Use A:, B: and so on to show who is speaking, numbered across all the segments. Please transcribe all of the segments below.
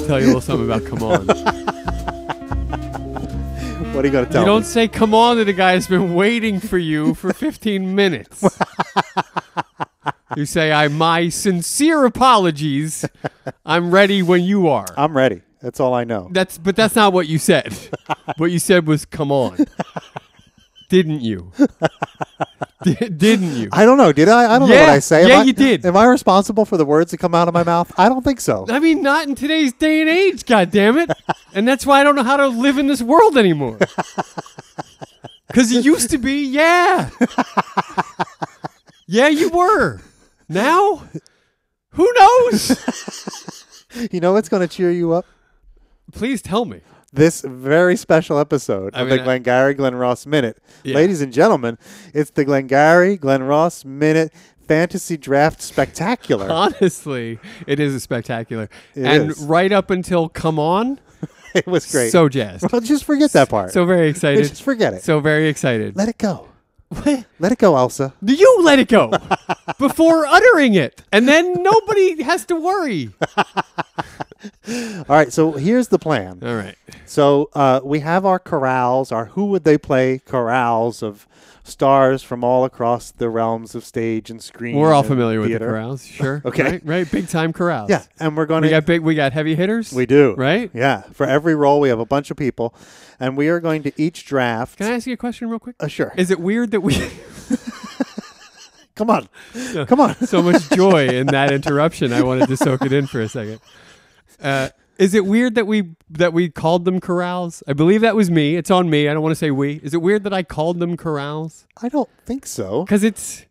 A: something about come on.
B: What are you going to tell
A: You don't
B: me?
A: say come on to the guy who's been waiting for you for 15 minutes. you say, I my sincere apologies. I'm ready when you are.
B: I'm ready. That's all I know.
A: That's but that's not what you said. what you said was come on. Didn't you? D- didn't you?
B: I don't know. Did I? I don't know
A: Yeah.
B: what I say. Am
A: Yeah,
B: I-
A: you did.
B: Am I responsible for the words that come out of my mouth? I don't think so.
A: I mean, not in today's day and age, God damn it! And that's why I don't know how to live in this world anymore. Because it used to be, yeah. Yeah, you were. Now, who knows?
B: You know what's going to cheer you up?
A: Please tell me.
B: This very special episode
A: I
B: of
A: mean,
B: the
A: I-
B: Glengarry Glen Ross Minute.
A: Yeah.
B: Ladies and gentlemen, it's the Glengarry Glen Ross Minute Fantasy Draft Spectacular.
A: Honestly, it is a spectacular.
B: It
A: and
B: is.
A: right up until come on,
B: It was great.
A: so jazzed.
B: well, just forget that part.
A: So very excited.
B: Just forget it.
A: So very excited.
B: Let it go. Let it go, Elsa.
A: Do you let it go before uttering it? And then nobody has to worry.
B: All right. So here's the plan.
A: All right.
B: So uh, we have our corrals, our who would they play corrals of stars from all across the realms of stage and screen.
A: We're all
B: and
A: familiar with the
B: theater.
A: corrals, sure.
B: Okay.
A: Right, right. Big time corrals.
B: Yeah, and we're going
A: We
B: to
A: got big we got heavy hitters.
B: we do
A: Right?
B: Yeah, for every role we have a bunch of people, and we are going to each draft.
A: Can I ask you a question real quick?
B: Uh, sure.
A: Is it weird that we
B: Come on, come on.
A: so much joy in that interruption? I wanted to soak it in for a second. Uh, is it weird that we that we called them corrals? I believe that was me. It's on me. I don't want to say we. Is it weird that I called them corrals?
B: I don't think so.
A: Because it's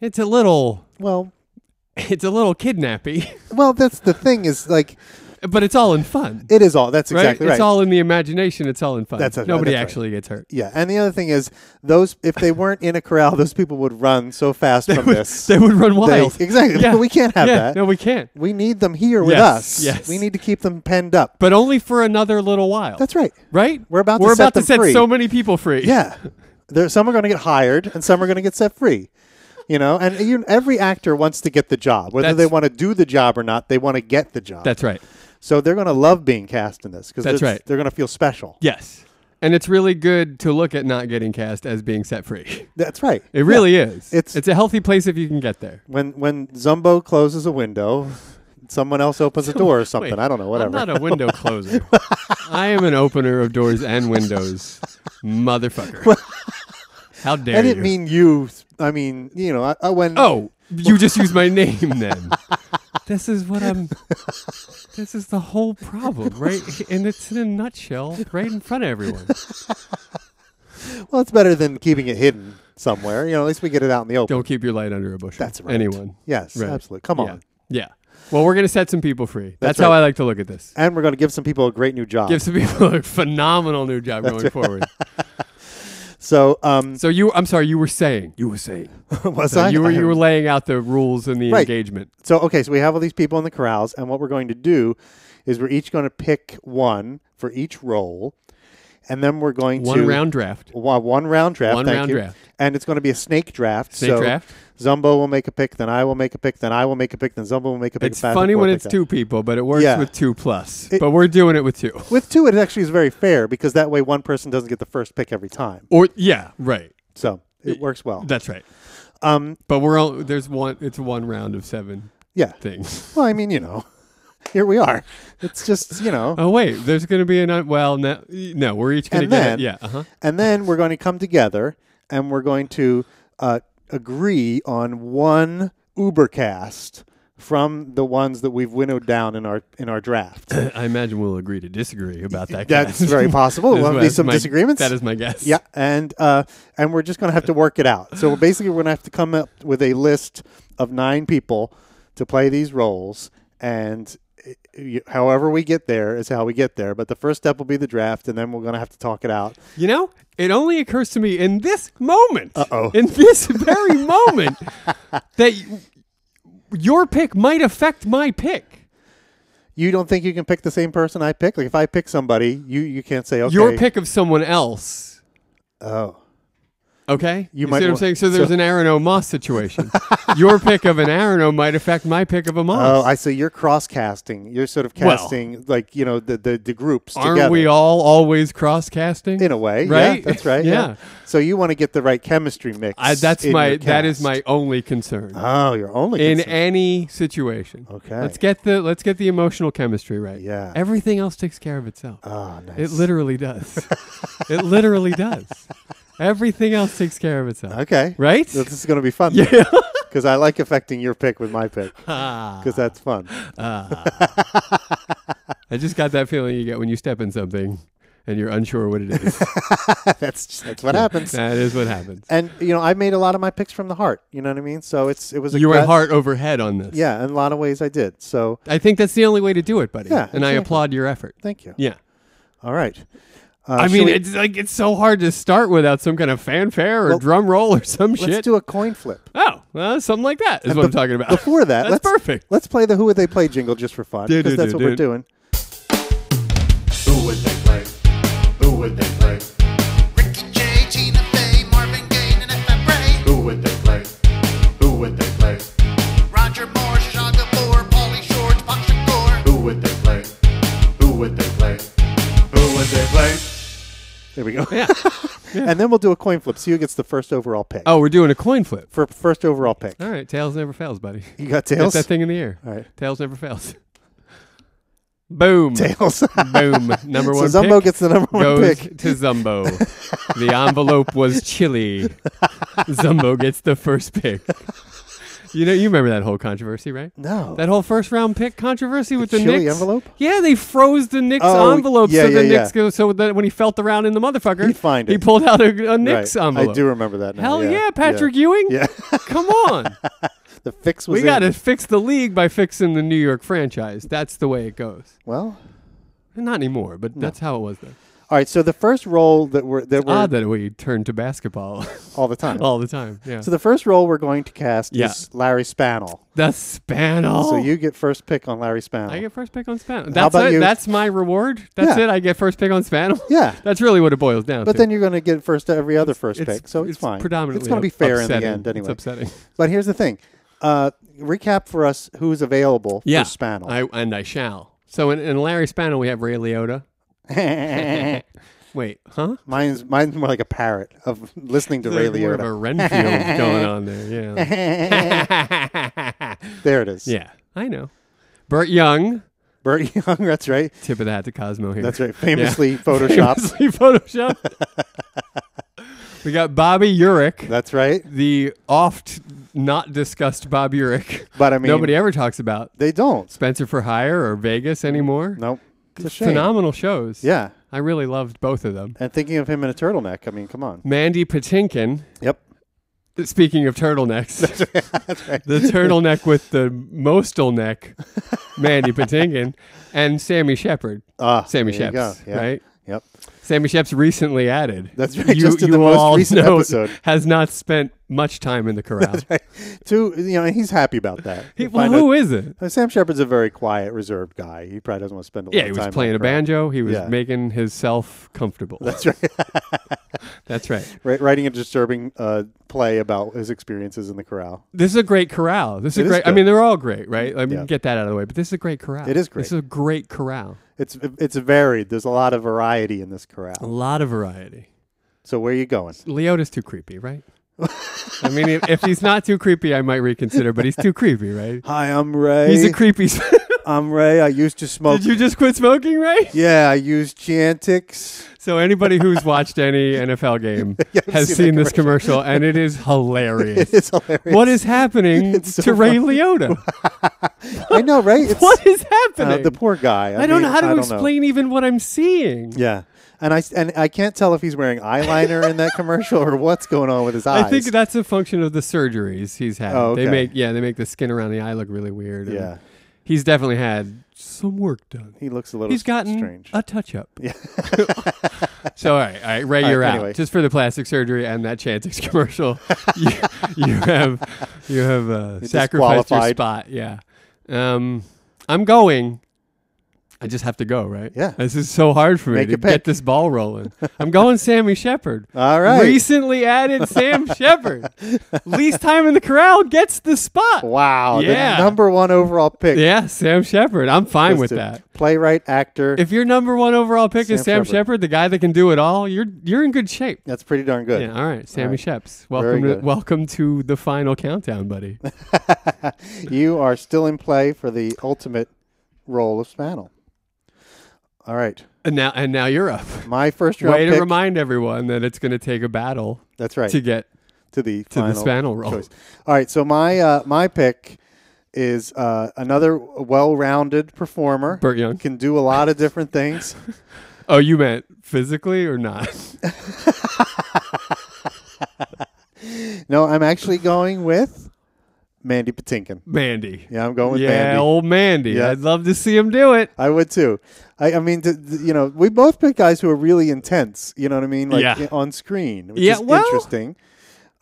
A: it's a little
B: Well,
A: it's a little kidnappy,
B: well, that's the thing is like
A: but it's all in fun.
B: it is all. That's exactly
A: right?
B: right.
A: It's all in the imagination. It's all in fun.
B: That's- that's
A: Nobody
B: right.
A: actually gets hurt.
B: yeah, and the other thing is those if they weren't in a corral, those people would run so fast from this.
A: They would run
B: They-
A: wild.
B: exactly.
A: Yeah.
B: We can't have
A: yeah,
B: that.
A: No, we can't.
B: We need them here with
A: Yes,
B: us.
A: yes.
B: We need to keep them penned up.
A: But only for another little while.
B: That's right.
A: right.
B: We're about to
A: We're
B: set
A: about
B: them
A: to set
B: free.
A: so many people free.
B: Yeah. There, some are going to get hired and some are going to get set free. You know, and you, every actor wants to get the job. Whether
A: That's-
B: they want to do the job or not, they want to get the job.
A: That's right.
B: so they're going to love being cast in this because
A: That's
B: they're,
A: right.
B: they're going to feel special.
A: Yes. And it's really good to look at not getting cast as being set free.
B: That's right.
A: It really is.
B: It's-
A: it's a healthy place if you can get there.
B: When when Zumbo closes a window, someone else opens a door or something.
A: Wait,
B: I don't know. Whatever.
A: I'm not a window closer. I am an opener of doors and windows, motherfucker. How dare
B: I didn't
A: you?
B: mean you. I mean, you know, I, I, when
A: oh, you just used my name then. this is what I'm. This is the whole problem, right? And it's in a nutshell, right in front of everyone.
B: well, it's better than keeping it hidden somewhere. You know, at least we get it out in the open.
A: Don't keep your light under a bushel.
B: That's right.
A: Anyone.
B: Yes,
A: Right.
B: absolutely. Come on.
A: Yeah. Yeah. Well, we're gonna set some people free. That's,
B: That's
A: how
B: right.
A: I like to look at this.
B: and we're going to give some people a great new job.
A: Give some people a phenomenal new job going forward.
B: so, um,
A: So you, I'm sorry, you were saying. You were saying.
B: was
A: So
B: I?
A: you were
B: I-
A: you were laying out the rules and the
B: Right.
A: engagement.
B: so okay. So we have all these people in the corrals, and what we're going to do is we're each going to pick one for each role, and then we're going
A: One
B: to
A: round draft.
B: wa- one round draft.
A: One
B: thank
A: round
B: you.
A: draft.
B: And it's going to be a snake draft.
A: Snake
B: so
A: draft.
B: Zumbo will make a pick, then I will make a pick, then I will make a pick, then Zumbo will make a pick.
A: It's
B: back and
A: funny
B: forth
A: when
B: like
A: it's
B: that.
A: two people, but it works
B: Yeah.
A: with two plus.
B: It-
A: but we're doing it with two.
B: With two, it actually is very fair because that way one person doesn't get the first pick every time.
A: Or yeah, right.
B: So it works well.
A: That's right.
B: Um,
A: But we're all, there's one. It's one round of seven
B: yeah.
A: things.
B: Well, I mean, you know, here we are. It's just you know.
A: Oh wait, there's gonna be an well. No, no we're each gonna
B: And
A: get
B: then-
A: it. Yeah. Uh-huh.
B: And then we're going to come together and we're going to uh, agree on one Ubercast from the ones that we've winnowed down in our in our draft.
A: I imagine we'll agree to disagree about that.
B: That's
A: guess.
B: very possible.
A: That's
B: There'll
A: my-
B: be some
A: my-
B: disagreements.
A: That is my guess.
B: yeah, and uh, and we're just going to have to work it out. So we're basically we're going to have to come up with a list of nine people to play these roles, and uh, you- however we get there is how we get there. But the first step will be the draft, and then we're going to have to talk it out.
A: You know, it only occurs to me in this moment,
B: Uh-oh.
A: in this very moment, that y- your pick might affect my pick.
B: You don't think you can pick the same person I pick? Like if I pick somebody, you you can't say okay.
A: Your pick of someone else
B: Oh,
A: Okay,
B: You might
A: see what I'm
B: wa-
A: saying. So there's
B: so-
A: an Aaron O. Moss situation. Your pick of an Aaron O. might affect my pick of a
B: Oh,
A: Moss.
B: I see. You're cross casting. You're sort of
A: Well-
B: casting like you know the the, the groups
A: Aren't
B: together
A: we all always cross casting?
B: in a way,
A: Right?
B: Yeah, that's right. yeah.
A: Yeah.
B: So you want to get the right chemistry mix.
A: I, that's
B: in
A: my
B: your
A: that is
B: cast.
A: my only concern
B: Oh, you're only
A: in
B: concern-
A: any situation.
B: Okay.
A: let's get the let's get the emotional chemistry right.
B: Yeah.
A: everything else takes care of itself.
B: Oh, nice.
A: It literally does. it literally does. Everything else takes care of itself.
B: okay.
A: Right?
B: This is going to be fun.
A: Yeah.
B: Because I like affecting your pick with my pick.
A: Ah,
B: Because that's fun.
A: ah. I just got that feeling you get when you step in something and you're unsure what it is.
B: that's just, that's what happens.
A: that is what happens.
B: And you know, I made a lot of my picks from the heart. You know what I mean? So it's it was a
A: You went
B: gut-
A: heart over head on this.
B: Yeah, in a lot of ways I did. So
A: I think that's the only way to do it, buddy.
B: Yeah,
A: and I
B: exactly.
A: applaud your effort.
B: thank you.
A: Yeah.
B: All right. Uh,
A: I
B: shall
A: mean,
B: we-
A: it's like it's so hard to start without some kind of fanfare or
B: Well,
A: drum roll or some
B: let's
A: shit.
B: do a coin flip.
A: oh, well, something like that is what I'm talking about.
B: Before that,
A: That's
B: let's
A: perfect.
B: Let's play the Who Would They Play jingle just for fun
A: Do,
B: because
A: do,
B: that's
A: do,
B: what we're
A: do.
B: doing.
C: Who would they play? Who would they play?
D: Ricky Jay, Tina Fey, Marvin Gaye, and FM Ray,
C: Who would they play? Who would they play?
D: Roger Moore, Shaw Gabor, Pauly Shore, Tupac Shakur.
C: Who would they play? Who would they play? Who would they play?
B: There we go.
A: Yeah.
B: and then we'll do a coin flip. See who gets the first overall pick.
A: Oh, we're doing a coin flip.
B: For first overall pick.
A: All right, tails never fails, buddy.
B: You got
A: Get
B: tails?
A: that thing in the air.
B: All right.
A: Tails never fails. Boom.
B: Tails.
A: Boom. Number
B: so
A: one.
B: Zumbo
A: pick
B: gets the number one
A: goes
B: pick.
A: to Zumbo. the envelope was chilly. Zumbo gets the first pick. You know, you remember that whole controversy, right?
B: No.
A: That whole first round pick controversy with the
B: chili
A: Knicks
B: envelope?
A: Yeah, they froze the Knicks
B: Oh,
A: envelope
B: yeah,
A: so the
B: yeah, yeah.
A: Knicks go, so that when he felt around in the motherfucker,
B: He'd find
A: he
B: it.
A: pulled out a, a
B: Right.
A: Knicks envelope.
B: I do remember that now.
A: Hell yeah,
B: yeah
A: Patrick Ewing!
B: Yeah.
A: Come on,
B: The fix was
A: we
B: in.
A: got to fix the league by fixing the New York franchise. That's the way it goes.
B: Well,
A: Not anymore, but that's how it was then.
B: all right. So the first role that we're that we're
A: Odd that we turned to basketball
B: all the time.
A: all the time. Yeah,
B: So the first role we're going to cast
A: Yeah.
B: is Larry Spannel.
A: that's Spanel.
B: So you get first pick on Larry Spannel.
A: I get first pick on Spanel. That's
B: about
A: it.
B: you?
A: That's my reward. That's
B: Yeah.
A: it. I get first pick on Spanel.
B: yeah.
A: That's really what it boils down to.
B: But then you're going to get first to every other first pick, so it's, fine.
A: Predominantly,
B: it's going to be
A: up-
B: fair
A: upsetting.
B: in the
A: It's
B: end, anyway.
A: upsetting.
B: But here's the thing: uh, recap for us who's available
A: Yeah,
B: for Spannel.
A: I, and I shall. So in, in Larry Spannel, we have Ray Liotta. Wait, huh?
B: mine's mine's more like a parrot of listening to Ray
A: There's more of a
B: Liotta.
A: Renfield going on there. Yeah.
B: There it is.
A: yeah, I know. Burt Young,
B: Burt Young. That's right.
A: tip of the hat to Cosmo here.
B: That's right. Famously photoshopped.
A: Famously photoshopped. we got Bobby Urich,
B: That's right.
A: the oft not discussed Bobby Urich.
B: But I mean,
A: Nobody ever talks about
B: they don't.
A: Spencer for Hire or Vegas anymore.
B: Nope. It's a shame.
A: Phenomenal shows.
B: Yeah.
A: I really loved both of them.
B: And thinking of him in a turtleneck. I mean, come on.
A: Mandy Patinkin,
B: Yep.
A: speaking of turtlenecks, the turtleneck with the mostel neck, Mandy Patinkin, and Sammy Shepard.
B: Ah,
A: Sammy
B: there you go.
A: Sheps,
B: Yeah.
A: right?
B: Yep.
A: Sammy Shep's recently added.
B: That's right, just in the most recent episode.
A: Has not spent much time in the corral.
B: Two. You know, and he's happy about that.
A: He-
B: You
A: well,
B: find
A: who is it?
B: Uh, Sam Shepard's a very quiet, reserved guy. He probably doesn't want to spend a lot
A: Yeah, he
B: of time.
A: was
B: in
A: playing
B: the
A: a
B: crowd.
A: banjo. He was
B: Yeah.
A: making himself comfortable. That's right. That's right.
B: Wri- writing a disturbing uh, play about his experiences in the corral.
A: This is a great corral. This is
B: It
A: a
B: is
A: great. I
B: good.
A: mean, they're all great, right? Let me
B: Yeah.
A: get that out of the way. But this is a great corral.
B: It is great.
A: This is a great corral.
B: It's it's varied. There's a lot of variety in this
A: A
B: corral.
A: lot of variety.
B: So where are you going?
A: Leota's too creepy, right? I mean, if, if he's not too creepy, I might reconsider. But he's too creepy, right?
B: Hi, I'm Ray.
A: He's a creepy. s-
B: I'm Ray. I used to smoke.
A: Did you just quit smoking, right?
B: yeah, I use Chantix.
A: So anybody who's watched any NFL game
B: I've
A: has
B: seen
A: seen,
B: that
A: this commercial, and it is hilarious.
B: It's hilarious.
A: What is happening
B: It's so
A: to Ray Liotta?
B: I know, right? It's,
A: What is
B: uh,
A: happening?
B: the poor guy. I,
A: I don't
B: mean,
A: know how
B: I
A: to
B: don't
A: explain even what I'm seeing.
B: Yeah, and I and I can't tell if he's wearing eyeliner in that commercial or what's going on with his eyes.
A: I think that's a function of the surgeries he's had.
B: Oh, okay.
A: They make yeah, they make the skin around the eye look really weird. and
B: Yeah.
A: he's definitely had some work done.
B: he looks a little.
A: He's gotten
B: strange.
A: a touch up. Yeah. so all right, all right, Ray,
B: All right,
A: you're
B: anyway.
A: out just for the plastic surgery and that Chantix commercial. you, you have you have uh, sacrificed your
B: disqualified.
A: spot. Yeah. Um, I'm going. I just have to go, right?
B: Yeah.
A: This is so hard for me
B: Make
A: to
B: a pick.
A: get this ball rolling. I'm going Sammy Shepard.
B: All right.
A: Recently added Sam Shepard. Least time in the corral gets the spot.
B: Wow.
A: Yeah.
B: The number one overall pick.
A: Yeah, Sam Shepard. I'm fine
B: was
A: with
B: to
A: that.
B: Playwright, actor.
A: If your number one overall pick is Sam
B: Sam Shepard.
A: Shepard, the guy that can do it all, you're you're in good shape.
B: That's pretty darn good.
A: Yeah, all right, Sammy
B: right.
A: Sheps.
B: Very
A: Welcome to,
B: good.
A: welcome to the final countdown, buddy.
B: You are still in play for the ultimate role of Spanel. All right.
A: and now and now you're up.
B: My first round
A: Way to
B: pick.
A: remind everyone that it's going to take a battle
B: that's right.
A: to get
B: to the
A: to
B: final
A: the Spanel roll.
B: choice. All right, so my uh, my pick is uh, another well-rounded performer.
A: Burt Young.
B: can do a lot of different things.
A: Oh, you meant physically or not?
B: no, I'm actually going with Mandy Patinkin.
A: Mandy.
B: Yeah, I'm going with
A: yeah, oh.
B: Mandy.
A: old Mandy.
B: Yeah.
A: I'd love to see him do it.
B: I would too. I, I mean, th- th- you know, we both pick guys who are really intense. You know what I mean? Like
A: Yeah.
B: on screen, which
A: Yeah,
B: is
A: well-
B: interesting.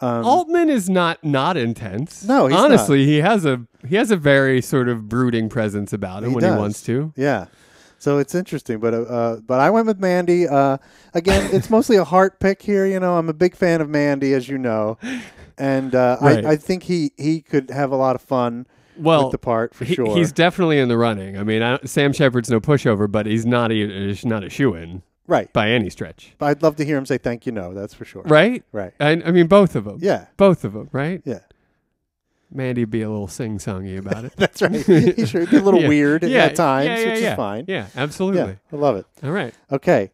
A: Altman is not not intense.
B: Um, No, he's
A: honestly, he has a he has a very sort of brooding presence about him
B: He
A: when
B: does.
A: he wants to.
B: Yeah. So it's interesting, but uh, uh, but I went with Mandy. Uh, again, it's mostly a heart pick here. You know, I'm a big fan of Mandy, as you know, and uh,
A: Right.
B: I, I think he he could have a lot of fun
A: Well,
B: with the part for
A: he-
B: sure.
A: He's definitely in the running. I mean, I, Sam Shepard's no pushover, but he's not a, he's not a shoe in
B: right.
A: by any stretch,
B: But I'd love to hear him say thank you. No, that's for sure.
A: right?
B: Right.
A: I, I mean, both of them.
B: Yeah.
A: both of them, right?
B: Yeah.
A: Mandy'd be a little sing-songy about it.
B: That's right. he sure be a little
A: Yeah.
B: weird
A: Yeah,
B: at times,
A: yeah, yeah,
B: which
A: yeah.
B: is fine.
A: Yeah,
B: Yeah,
A: absolutely.
B: I love it.
A: All right.
B: Okay.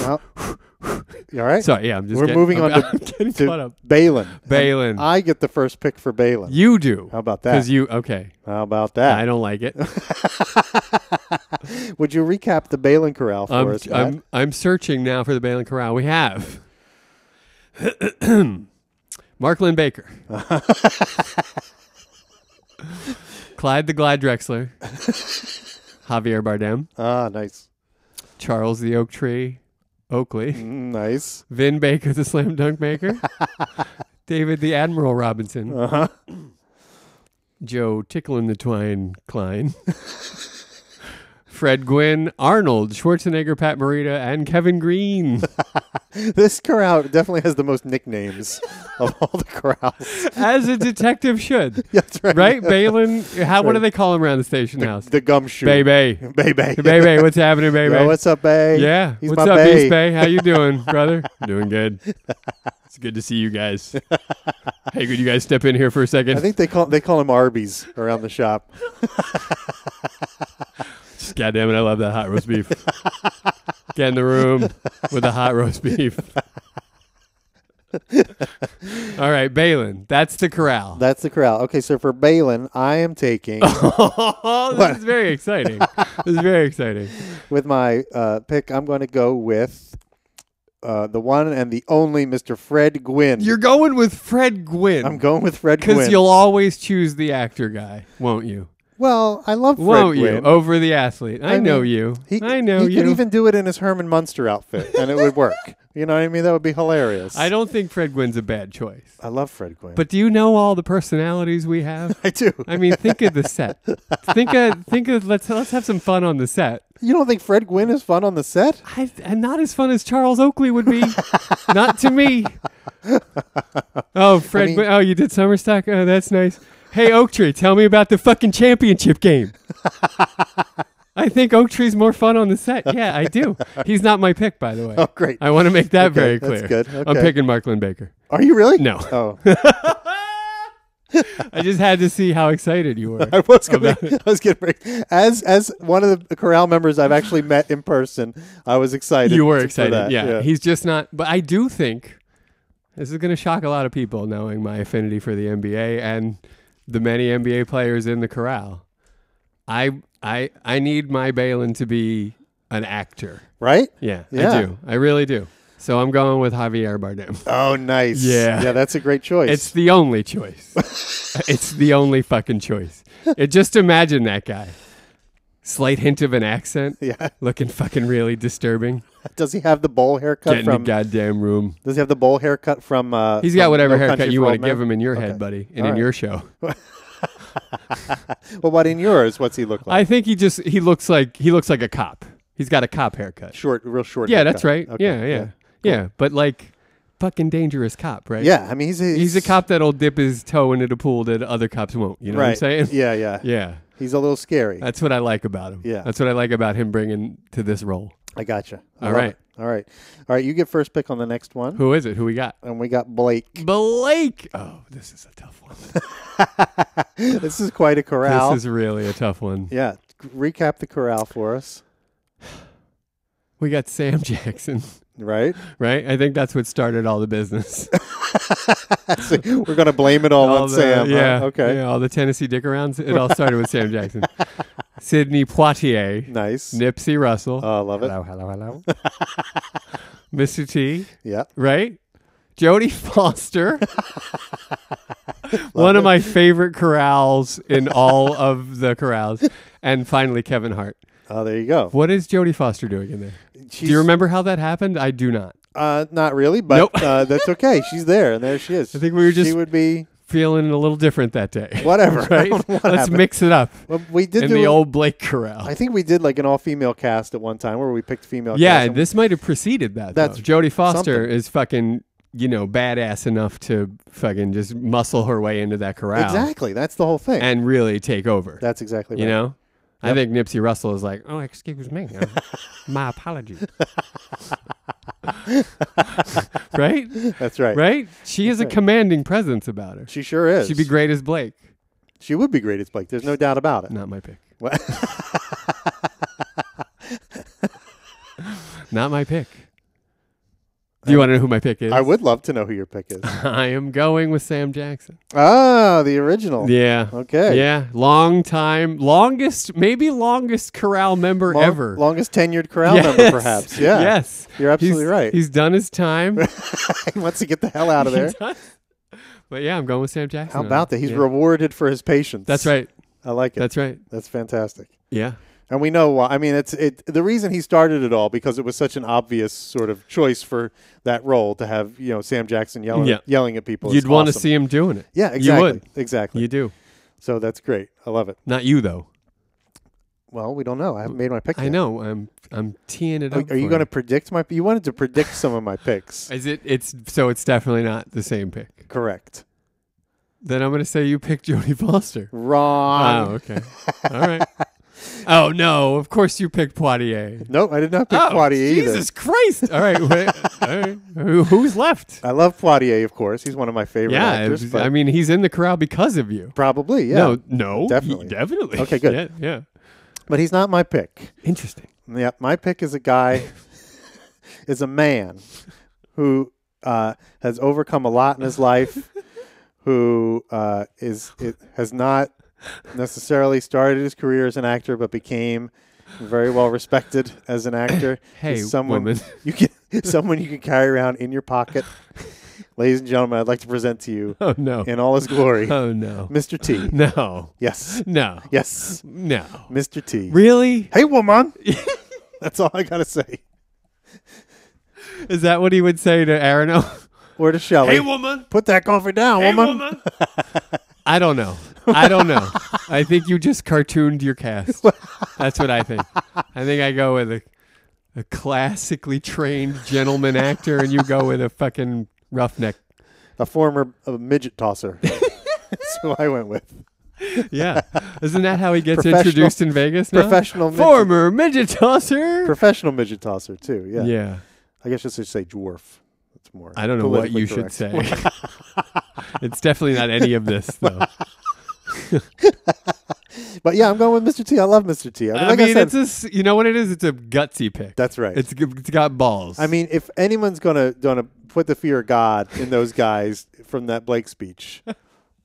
B: well, you all right?
A: Sorry. Yeah, I'm just.
B: We're
A: getting-
B: moving
A: I'm-
B: on to-
A: I'm getting caught
B: to
A: up.
B: Balin.
A: Balin.
B: I get the first pick for Balin.
A: You do.
B: How about that?
A: Because you okay?
B: How about that?
A: I don't like it.
B: Would you recap the Balin Corral for
A: I'm,
B: us? Matt?
A: I'm I'm searching now for the Balin Corral. We have Mark Lynn Baker, Clyde the Glide Drexler, Javier Bardem,
B: ah, nice,
A: Charles the Oak Tree, Oakley,
B: Mm, nice.
A: Vin Baker the Slam Dunk Maker, David the Admiral Robinson,
B: Uh huh.
A: Joe Ticklin the Twine Klein. Fred Gwynn, Arnold Schwarzenegger, Pat Morita, and Kevin Green.
B: This corral definitely has the most nicknames of all the corrals.
A: as a detective should.
B: That's right.
A: Right, Balin. How? What do they call him around the station house?
B: The gumshoe.
A: Bay Bay.
B: Bay Bay.
A: Bay Bay. What's happening, Bay
B: Yo,
A: Bay?
B: what's up, Bay?
A: Yeah.
B: He's
A: what's
B: my
A: up,
B: Bay.
A: East Bay? How you doing, brother? doing good. It's good to see you guys. Hey, could you guys step in here for a second?
B: I think they call they call him Arby's around the shop.
A: God damn it, I love that hot roast beef. Get in the room with the hot roast beef. All right, Balin. That's the corral.
B: That's the corral. Okay, so for Balin, I am taking
A: Oh. this is very exciting. This is very exciting.
B: with my uh, pick. I'm going to go with uh, the one and the only Mr. Fred Gwynn.
A: You're going with Fred Gwynn.
B: I'm going with Fred Gwynn.
A: Because you'll always choose the actor guy, won't you?
B: well, I love Fred
A: won't you?
B: Gwynn.
A: Over the athlete. I,
B: I
A: know
B: mean,
A: you.
B: He,
A: I know
B: he
A: you.
B: could even do it in his Herman Munster outfit, and it would work. you know what I mean? That would be hilarious.
A: I don't think Fred Gwynn's a bad choice.
B: I love Fred Gwynn,
A: But do you know all the personalities we have?
B: I do.
A: I mean, think of the set. Think of think of let's let's have some fun on the set.
B: You don't think Fred Gwynn is fun on the set?
A: I, and not as fun as Charles Oakley would be. not to me. Oh, Fred.
B: mean-
A: Gwynn- oh, you did summer stock. Oh, that's nice. Hey, Oak Tree, tell me about the fucking championship game. I think Oak Tree's more fun on the set. Yeah, I do. He's not my pick, by the way.
B: Oh, great.
A: I want to make that very
B: that's
A: clear.
B: good.
A: I'm
B: Okay.
A: picking Marklin Baker.
B: Are you really?
A: No.
B: Oh,
A: I just had to see how excited you were.
B: I was gonna. I was gonna break. As as one of the corral members I've actually met in person, I was excited.
A: You were
B: for
A: excited.
B: that,
A: yeah. He's just not. But I do think this is going to shock a lot of people knowing my affinity for the NBA and the many NBA players in the corral. I I I need my Balin to be an actor.
B: right.
A: Yeah, I
B: Yeah.
A: do. I really do. So I'm going with Javier Bardem.
B: Oh, nice.
A: Yeah.
B: Yeah, that's a great choice.
A: It's the only choice. it's the only fucking choice. It, just imagine that guy. Slight hint of an accent,
B: yeah.
A: looking fucking really disturbing.
B: Does he have the bowl haircut
A: Get in the
B: from?
A: goddamn room.
B: Does he have the bowl haircut from? Uh,
A: He's got
B: from
A: whatever
B: No
A: haircut
B: Country
A: you
B: for
A: want to
B: Old Men?
A: give him in your
B: Okay.
A: head, buddy, and
B: All
A: in
B: right.
A: your show.
B: Well, what in yours? What's he look like?
A: I think he just he looks like he looks like a cop. He's got a cop haircut.
B: short, real short.
A: Yeah,
B: haircut.
A: that's right.
B: Okay,
A: Yeah, yeah, yeah, But like, fucking dangerous cop, right?
B: Yeah, I mean he's a,
A: He's a cop that'll dip his toe into the pool that other cops won't. You know
B: right?
A: what I'm saying?
B: Yeah, yeah,
A: Yeah.
B: He's a little scary.
A: That's what I like about him.
B: Yeah.
A: That's what I like about him bringing to this role.
B: I gotcha. I
A: All
B: love
A: right.
B: it. all right, all right. You get first pick on the next one,
A: Who is it? Who we got?
B: and we got Blake.
A: Blake. Oh, this is a tough one.
B: this is quite a corral.
A: This is really a tough one.
B: yeah, recap the corral for us,
A: We got Sam Jackson,
B: right?
A: right? I think that's what started all the business.
B: So we're gonna blame it all,
A: all
B: on
A: the-
B: Sam. huh?
A: Yeah.
B: Okay.
A: Yeah, all the Tennessee dick arounds. It all started with Sam Jackson. Sidney Poitier.
B: Nice.
A: Nipsey Russell.
B: Oh, I love it.
A: hello, hello, hello. Mr. T,
B: Yeah.
A: right? Jodie Foster. One of my favorite corrals in all of the corrals. And finally, Kevin Hart.
B: Oh, there you go.
A: What is Jodie Foster doing in there? Do
B: She's-
A: you remember how that happened? I do not.
B: Uh, not really, but
A: Nope.
B: uh, that's okay. She's there, and there she is.
A: I think we were
B: she
A: just-
B: would be
A: Feeling a little different that day.
B: whatever.
A: right? Let's mix it up
B: Well, we did
A: in
B: do.
A: the old Blake corral.
B: I think we did like an all-female cast at one time where we picked female.
A: Yeah,
B: cast
A: and
B: and-
A: this might have preceded that.
B: That's
A: That's Jodie Foster
B: something.
A: is fucking you know badass enough to fucking just muscle her way into that corral
B: exactly. That's the whole thing.
A: and really take over.
B: that's exactly.
A: you
B: right.
A: know, I think Nipsey Russell is like, oh, excuse me, uh, my apologies. right,
B: That's right.
A: right. She has a commanding presence about her.
B: She sure is.
A: She'd be great as Blake.
B: She would be great as Blake. There's no doubt about it.
A: Not my pick.
B: What?
A: Not my pick. Do you want to know who my pick is?
B: I would love to know who your pick is.
A: I am going with Sam Jackson.
B: ah, the original.
A: Yeah.
B: Okay.
A: Yeah. Long time, longest, maybe longest corral member
B: Long-
A: ever.
B: Longest tenured corral member,
A: Yes.
B: perhaps. Yeah.
A: Yes.
B: You're absolutely
A: He's-
B: right.
A: He's done his time.
B: He wants to get the hell out of there.
A: but yeah, I'm going with Sam Jackson.
B: How
A: on
B: about
A: it.
B: that? He's
A: Yeah.
B: rewarded for his patience.
A: That's right.
B: I like it.
A: That's right.
B: That's fantastic.
A: Yeah.
B: And we know why. I mean, it's it. The reason he started it all because it was such an obvious sort of choice for that role to have you know Sam Jackson yelling
A: Yeah.
B: yelling at people.
A: You'd want to
B: awesome.
A: see him doing it.
B: Yeah, exactly.
A: You would.
B: Exactly.
A: You do.
B: so that's great. I love it.
A: Not you though.
B: Well, we don't know. I haven't made my pick.
A: I
B: yet.
A: know. I'm I'm teeing it
B: Are,
A: up.
B: are you
A: for
B: going to predict my? You wanted to predict some of my picks.
A: Is it? It's so. It's definitely not the same pick.
B: Correct.
A: Then I'm going to say you picked Jodie Foster.
B: Wrong.
A: Oh, okay. All right. Oh no! Of course you picked Poitier.
B: Nope, I did not pick Poitier
A: Oh, Jesus Christ! All right, wait, all right. Who- who's left?
B: either. I love Poitier, of course. He's one of my favorite
A: yeah,
B: actors.
A: it was-
B: but
A: I mean he's in the corral because of you.
B: probably yeah.
A: No, no,
B: Definitely.
A: he- definitely.
B: Okay, good.
A: Yeah, yeah.
B: But he's not my pick.
A: Interesting.
B: Yeah, my pick is a guy, is a man who uh, has overcome a lot in his life, who uh, is it, has not necessarily started his career as an actor, but became very well respected as an actor.
A: Hey,
B: He's someone
A: woman.
B: you can someone you can carry around in your pocket. Ladies and gentlemen, I'd like to present to you
A: Oh no.
B: in all his glory,
A: Oh no.
B: Mr. T.
A: No.
B: Yes,
A: No.
B: yes,
A: No.
B: Mr. T.
A: Really?
B: Hey, woman. That's all I gotta say.
A: Is that what he would say to Aaron?
B: Or to Shelley.
A: woman.
B: Put that coffee down, woman.
A: I don't know. I don't know. I think you just cartooned your cast. That's what I think. I think I go with a, a classically trained gentleman actor, and you go with a fucking roughneck.
B: A former uh, midget tosser. so I went with
A: Yeah, isn't that how he gets
B: Professional-
A: introduced in Vegas? Now?
B: professional midget-
A: former midget tosser.
B: professional midget tosser too. Yeah.
A: yeah,
B: I guess I should say dwarf. That's more.
A: I don't know what
B: politically
A: you
B: correct.
A: should say. it's definitely not any of this though.
B: But yeah, I'm going with Mr. T. I love Mr. T. I mean,
A: I
B: like
A: mean,
B: I said,
A: it's a s- you know what it is. It's a gutsy pick.
B: that's right.
A: It's g- it's got balls.
B: I mean, if anyone's gonna gonna put the fear of God in those guys from that Blake speech,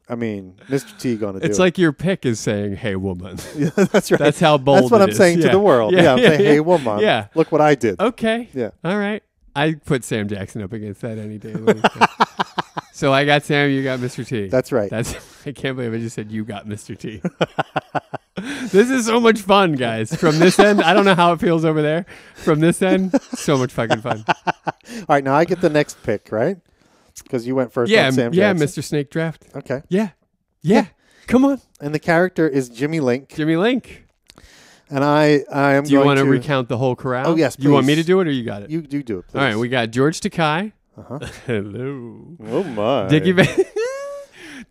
B: I mean, Mr. T. Gonna do
A: It's
B: it.
A: like your pick is saying, "Hey, woman."
B: that's right.
A: That's how bold.
B: That's what
A: it
B: I'm
A: is.
B: saying to
A: Yeah.
B: the world. Yeah, I'm saying, hey, woman,
A: Yeah.
B: look what I did.
A: Okay.
B: Yeah.
A: All right. I put Sam Jackson up against that any day. of the week. so I got Sam. You got Mr. T.
B: That's right.
A: That's. I can't believe I just said you got Mr. T. this is so much fun, guys. From this end, I don't know how it feels over there. From this end, so much fucking fun.
B: All right, now I get the next pick, right? Because you went first.
A: yeah.
B: on Sam
A: yeah.
B: Jackson.
A: Mr. Snake Draft.
B: Okay.
A: Yeah. Yeah. Come on,
B: and the character is Jimmy Link.
A: Jimmy Link.
B: And I, I am
A: Do you
B: going
A: want to
B: to
A: recount the whole corral?
B: Oh, yes,
A: You want me
B: please.
A: to do it, or you got it?
B: You Uh-huh. do do it. Please.
A: All right, we got George Takai. Hello.
B: Oh my.
A: Dickie Van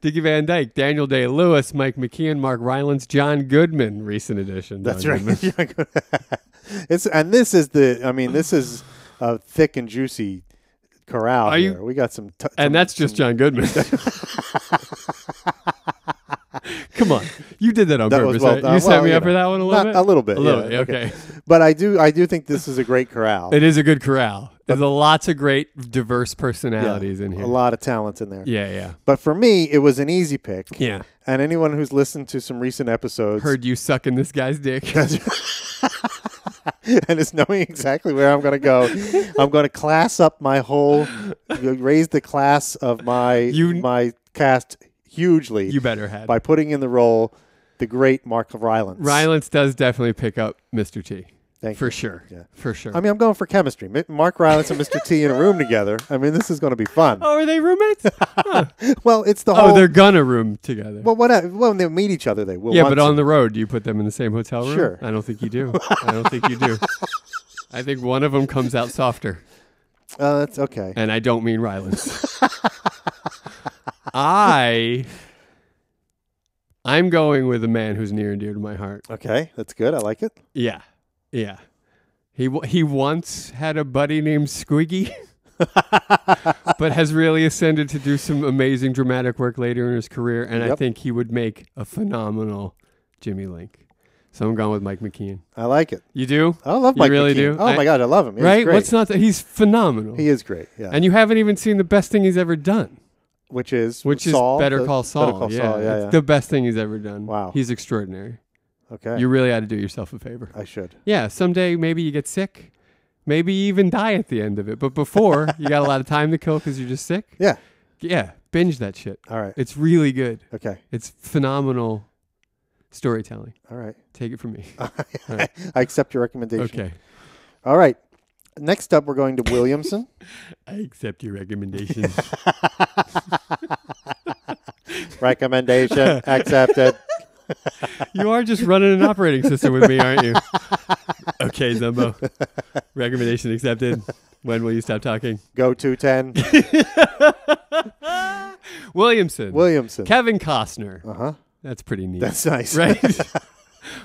A: Dickie Van Dyke, Daniel Day Lewis, Mike McKeon, Mark Rylance, John Goodman, recent edition.
B: That's
A: John
B: right.
A: Goodman.
B: Yeah, good. it's and this is the. I mean, this is a thick and juicy corral
A: Are you-
B: here. we got some. T- some-
A: And that's just John Goodman. Come on. You did that on
B: That was
A: purpose.
B: well
A: right?
B: done.
A: You set
B: Well,
A: me
B: you
A: up for
B: know,
A: that one a little
B: not-
A: bit?
B: a little bit,
A: A little
B: yeah,
A: bit, okay.
B: okay. but I do. I do think this is a great corral.
A: It is a good corral. There's a lots of great diverse personalities in here.
B: A lot of talents in there.
A: Yeah, yeah.
B: But for me, it was an easy pick.
A: Yeah.
B: And anyone who's listened to some recent episodes
A: Heard you sucking this guy's dick.
B: and is knowing exactly where I'm going to go, I'm going to class up my whole, raise the class of my
A: You-
B: my cast hugely
A: you better had.
B: by putting in the role the great Mark Rylance.
A: Rylance does definitely pick up Mr. T.
B: Thank
A: for
B: you.
A: sure.
B: Yeah.
A: For sure.
B: I mean, I'm going for chemistry. Mi- Mark Rylance and Mr. T in a room together. I mean, this is going to be fun.
A: oh, are they roommates? Huh.
B: Well, it's the whole.
A: Oh, they're gonna room together.
B: well, what, e, well, when they meet each other, they will.
A: yeah,
B: want
A: but on
B: to.
A: the road, do you put them in the same hotel room?
B: Sure.
A: I don't think you do. I don't think you do. I think one of them comes out softer,
B: Uh, that's okay.
A: and I don't mean Rylance. I, I'm going with a man who's near and dear to my heart.
B: Okay, that's good. I like it.
A: Yeah, yeah. He w- he once had a buddy named Squiggy, but has really ascended to do some amazing dramatic work later in his career, and I
B: Yep.
A: think he would make a phenomenal Jimmy Link. So I'm going with Mike McKeon.
B: I like it.
A: You do?
B: I love
A: You
B: Mike.
A: really do?
B: McKean. Oh
A: I-
B: my god, I love him. He's
A: right?
B: great.
A: What's not that? He's phenomenal.
B: he is great. Yeah,
A: And you haven't even seen the best thing he's ever done,
B: which is
A: which
B: Saul,
A: is Better
B: the-
A: Call Saul.
B: Better Call
A: yeah,
B: Saul. Yeah,
A: it's
B: yeah.
A: the best thing he's ever done.
B: Wow.
A: He's extraordinary.
B: okay,
A: You really ought to do yourself a favor.
B: I should.
A: Yeah, someday maybe you get sick. Maybe you even die at the end of it. But before, you got a lot of time to kill because you're just sick.
B: Yeah.
A: Yeah, binge that shit.
B: All right.
A: It's really good.
B: Okay.
A: It's phenomenal storytelling.
B: All right.
A: Take it from me.
B: I accept your recommendation.
A: Okay.
B: All right. Next up, we're going to Williamson.
A: I accept your recommendations.
B: Recommendation accepted.
A: you are just running an operating system with me, aren't you? Okay, Zumbo. Recommendation accepted. When will you stop talking?
B: Go to ten.
A: Williamson.
B: Williamson.
A: Kevin Costner.
B: Uh huh.
A: That's pretty neat.
B: That's nice.
A: right?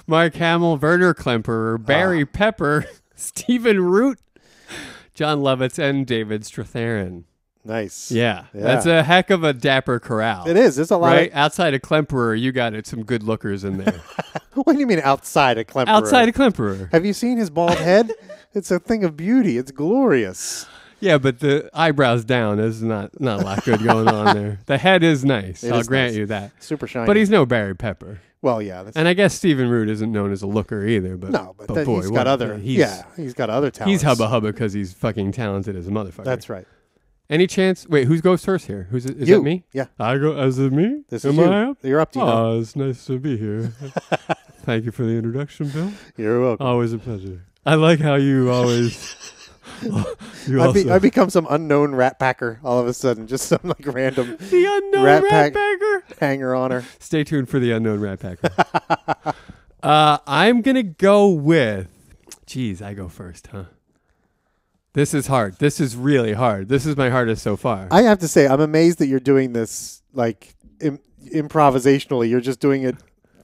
A: Mark Hamill, Werner Klemperer, Barry Pepper, Stephen Root, John Lovitz, and David Strathairn.
B: Nice.
A: Yeah,
B: Yeah.
A: that's a heck of a dapper corral.
B: It is. There's a lot.
A: Right outside of Klemperer, you got it. Some good lookers in there.
B: Of, what do you mean outside of Clemperer?
A: outside of Klemperer,
B: Have you seen his bald head? it's a thing of beauty. It's glorious.
A: yeah, but the eyebrows down is not not a lot good going on there. The head is nice.
B: It
A: I'll
B: is
A: grant
B: nice.
A: you that.
B: Super shiny.
A: But he's no Barry Pepper,
B: well, yeah. That's,
A: and I guess Stephen Root isn't known as a looker either. But
B: no, but, then
A: boy,
B: he's
A: what-
B: got other.
A: he's-
B: yeah, he's got other
A: He's
B: talents.
A: hubba hubba because he's fucking talented as a motherfucker.
B: That's right.
A: Any chance? Wait, who's goes first here? Who's is
B: You.
A: it? Me?
B: Yeah.
A: I go. Is it me?
B: This
A: Am
B: is you.
A: I up?
B: You're up to you.
A: Oh, it's nice to be here. Thank you for the introduction, Bill.
B: You're welcome.
A: Always a pleasure. I like how you always. you
B: I, be,
A: also
B: I become some unknown rat packer all of a sudden, just some like random
A: the unknown
B: Rat
A: rat,
B: Pack-
A: packer.
B: hanger on her.
A: Stay tuned for the unknown rat packer. uh, I'm gonna go with. Jeez, I go first, huh? This is hard. This is really hard. This is my hardest so far.
B: I have to say, I'm amazed that you're doing this like Im- improvisationally. You're just doing it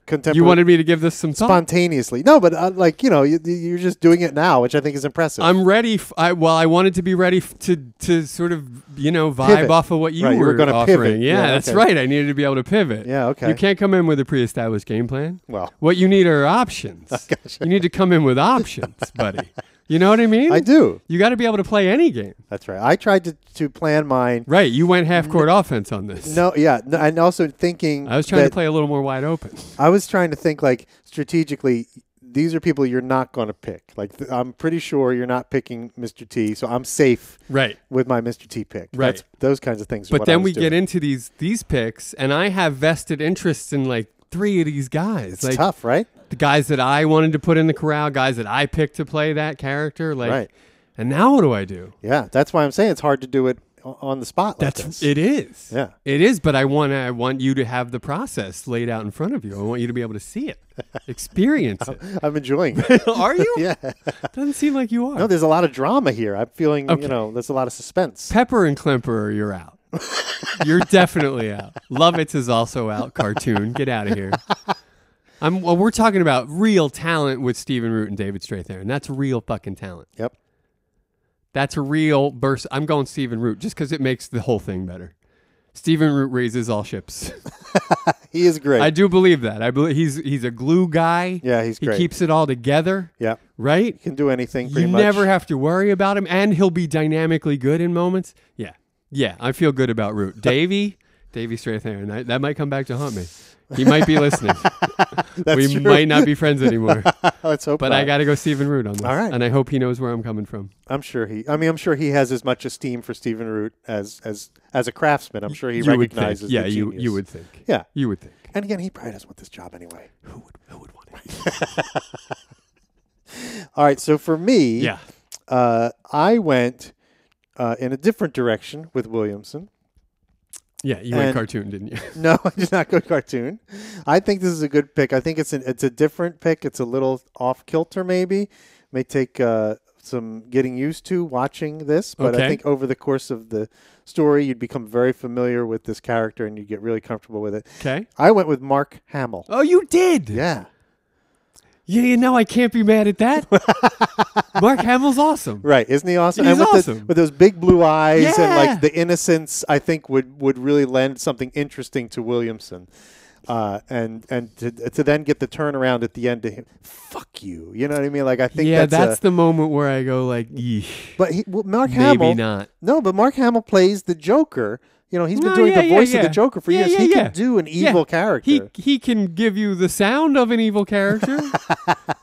B: contemporary.
A: you wanted me to give this some thought.
B: spontaneously. No, but uh, like you know, you, you're just doing it now, which I think is impressive.
A: I'm ready. F- I, well, I wanted to be ready f- to to sort of you know vibe
B: Pivot.
A: off of what you
B: Right, you were
A: were,
B: gonna
A: offering.
B: pivot.
A: Yeah,
B: Yeah,
A: that's
B: okay.
A: right. I needed to be able to pivot.
B: Yeah, okay.
A: You can't come in with a pre-established game plan.
B: Well.
A: what you need are options. You need to come in with options, buddy. You know what I mean?
B: I do.
A: You got to be able to play any game.
B: That's right. I tried to to plan mine.
A: Right. You went half court offense on this.
B: No, yeah, no, and also thinking.
A: I was trying
B: that-
A: to play a little more wide open.
B: I was trying to think like strategically. These are people you're not going to pick. Like th- I'm pretty sure you're not picking Mr. T, so I'm safe
A: Right.
B: with my Mr. T pick.
A: Right.
B: That's, those kinds of things.
A: But then we get into these these picks, and I have vested interests in like three of these guys.
B: It's
A: like
B: tough, right?
A: the guys that I wanted to put in the corral, guys that I picked to play that character. Like,
B: Right.
A: and now what do I do?
B: Yeah, that's why I'm saying it's hard to do it o- on the spot. like
A: That's
B: this.
A: it is.
B: Yeah.
A: It is, but I want I want you to have the process laid out in front of you. I want you to be able to see it, experience it.
B: I'm enjoying. it.
A: Are you?
B: Oh. yeah.
A: Doesn't seem like you are.
B: No, there's a lot of drama here. I'm feeling,
A: Okay.
B: you know, there's a lot of suspense.
A: Pepper and Klemperer, you're out. you're definitely out. Lovitz is also out. Cartoon, get out of here. I'm. Well, we're talking about real talent with Stephen Root and David Strathairn. That's real fucking talent.
B: Yep.
A: That's a real burst. I'm going Stephen Root just because it makes the whole thing better. Stephen Root raises all ships.
B: He is great.
A: I do believe that. I believe he's he's a glue guy.
B: Yeah, he's
A: he
B: great.
A: keeps it all together.
B: yeah.
A: Right.
B: Can do anything
A: You
B: pretty much.
A: never have to worry about him, and he'll be dynamically good in moments. Yeah, yeah, I feel good about Root. Davy, Davy Strathairn, that, that might come back to haunt me. He might be listening.
B: That's
A: we
B: true.
A: might not be friends anymore.
B: Let's hope.
A: But
B: not.
A: I got to go Stephen Root on this.
B: All right.
A: and I hope he knows where I'm coming from.
B: I'm sure he. I mean, I'm sure he has as much esteem for Stephen Root as as as a craftsman. I'm sure he
A: You would think.
B: recognizes. the
A: Yeah, you
B: genius.
A: you would think.
B: Yeah.
A: you would think.
B: And again, he probably doesn't want this job anyway.
A: Who would who would want it?
B: All right. So for me,
A: Yeah,
B: uh, I went uh, in a different direction with Williamson.
A: yeah. You went
B: And-
A: cartoon, didn't you?
B: No, I did not go cartoon. I think this is a good pick. I think it's an, it's a different pick. It's a little off kilter, maybe. May take uh, some getting used to watching this, but
A: Okay.
B: I think over the course of the story, you'd become very familiar with this character and you get really comfortable with it.
A: Okay.
B: I went with Mark Hamill.
A: Oh, you did.
B: Yeah,
A: Yeah, you know I can't be mad at that. Mark Hamill's awesome.
B: right. Isn't he awesome?
A: He's
B: and with The,
A: awesome.
B: with those big blue eyes and
A: Yeah.
B: like the innocence, I think would would really lend something interesting to Williamson. Uh, and and to, to then get the turnaround at the end to him, fuck you. You know what I mean? Like I think
A: Yeah,
B: that's,
A: that's
B: a,
A: the moment where I go like, "Yeesh."
B: but he, well, Mark
A: Maybe
B: Hamill.
A: not.
B: No, but Mark Hamill plays the Joker. You know, he's been
A: No,
B: doing
A: yeah,
B: the
A: yeah,
B: voice of
A: yeah.
B: the Joker for
A: Yeah,
B: years.
A: yeah,
B: he
A: yeah.
B: can do an
A: Yeah.
B: evil character.
A: He he can give you the sound of an evil character.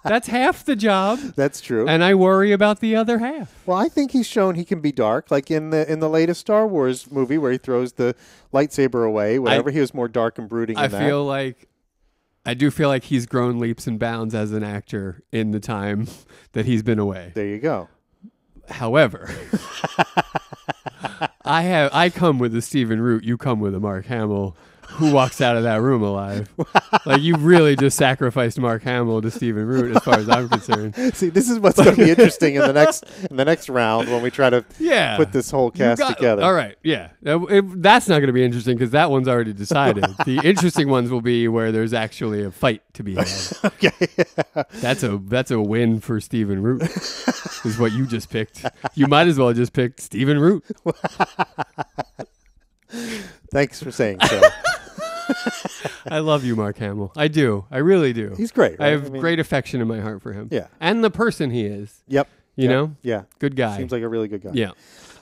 A: That's half the job,
B: that's true.
A: and I worry about the other half.
B: Well, I think he's shown he can be dark, like in the in the latest Star Wars movie where he throws the lightsaber away. Whatever he was more dark and brooding.
A: I
B: in that.
A: feel like I do feel like he's grown leaps and bounds as an actor in the time that he's been away.
B: there you go.
A: However, I have I come with a Stephen Root, you come with a Mark Hamill. Who walks out of that room alive? like you really just sacrificed Mark Hamill to Stephen Root, as far as I'm concerned.
B: See, this is what's going to be interesting in the next in the next round when we try to
A: Yeah.
B: put this whole
A: You
B: cast
A: got-
B: together.
A: All right, yeah. That- it- that's not going to be interesting because that one's already decided. the interesting ones will be where there's actually a fight to be had.
B: Okay.
A: that's a that's a win for Stephen Root, is what you just picked. You might as well just pick Stephen Root.
B: Thanks for saying so.
A: I love you, Mark Hamill. I do. I really do.
B: He's great.
A: I
B: right?
A: have
B: mean,
A: great affection in my heart for him.
B: Yeah.
A: and the person he is.
B: Yep.
A: You
B: Yep.
A: know,
B: Yeah.
A: good guy.
B: Seems like a really good guy.
A: yeah.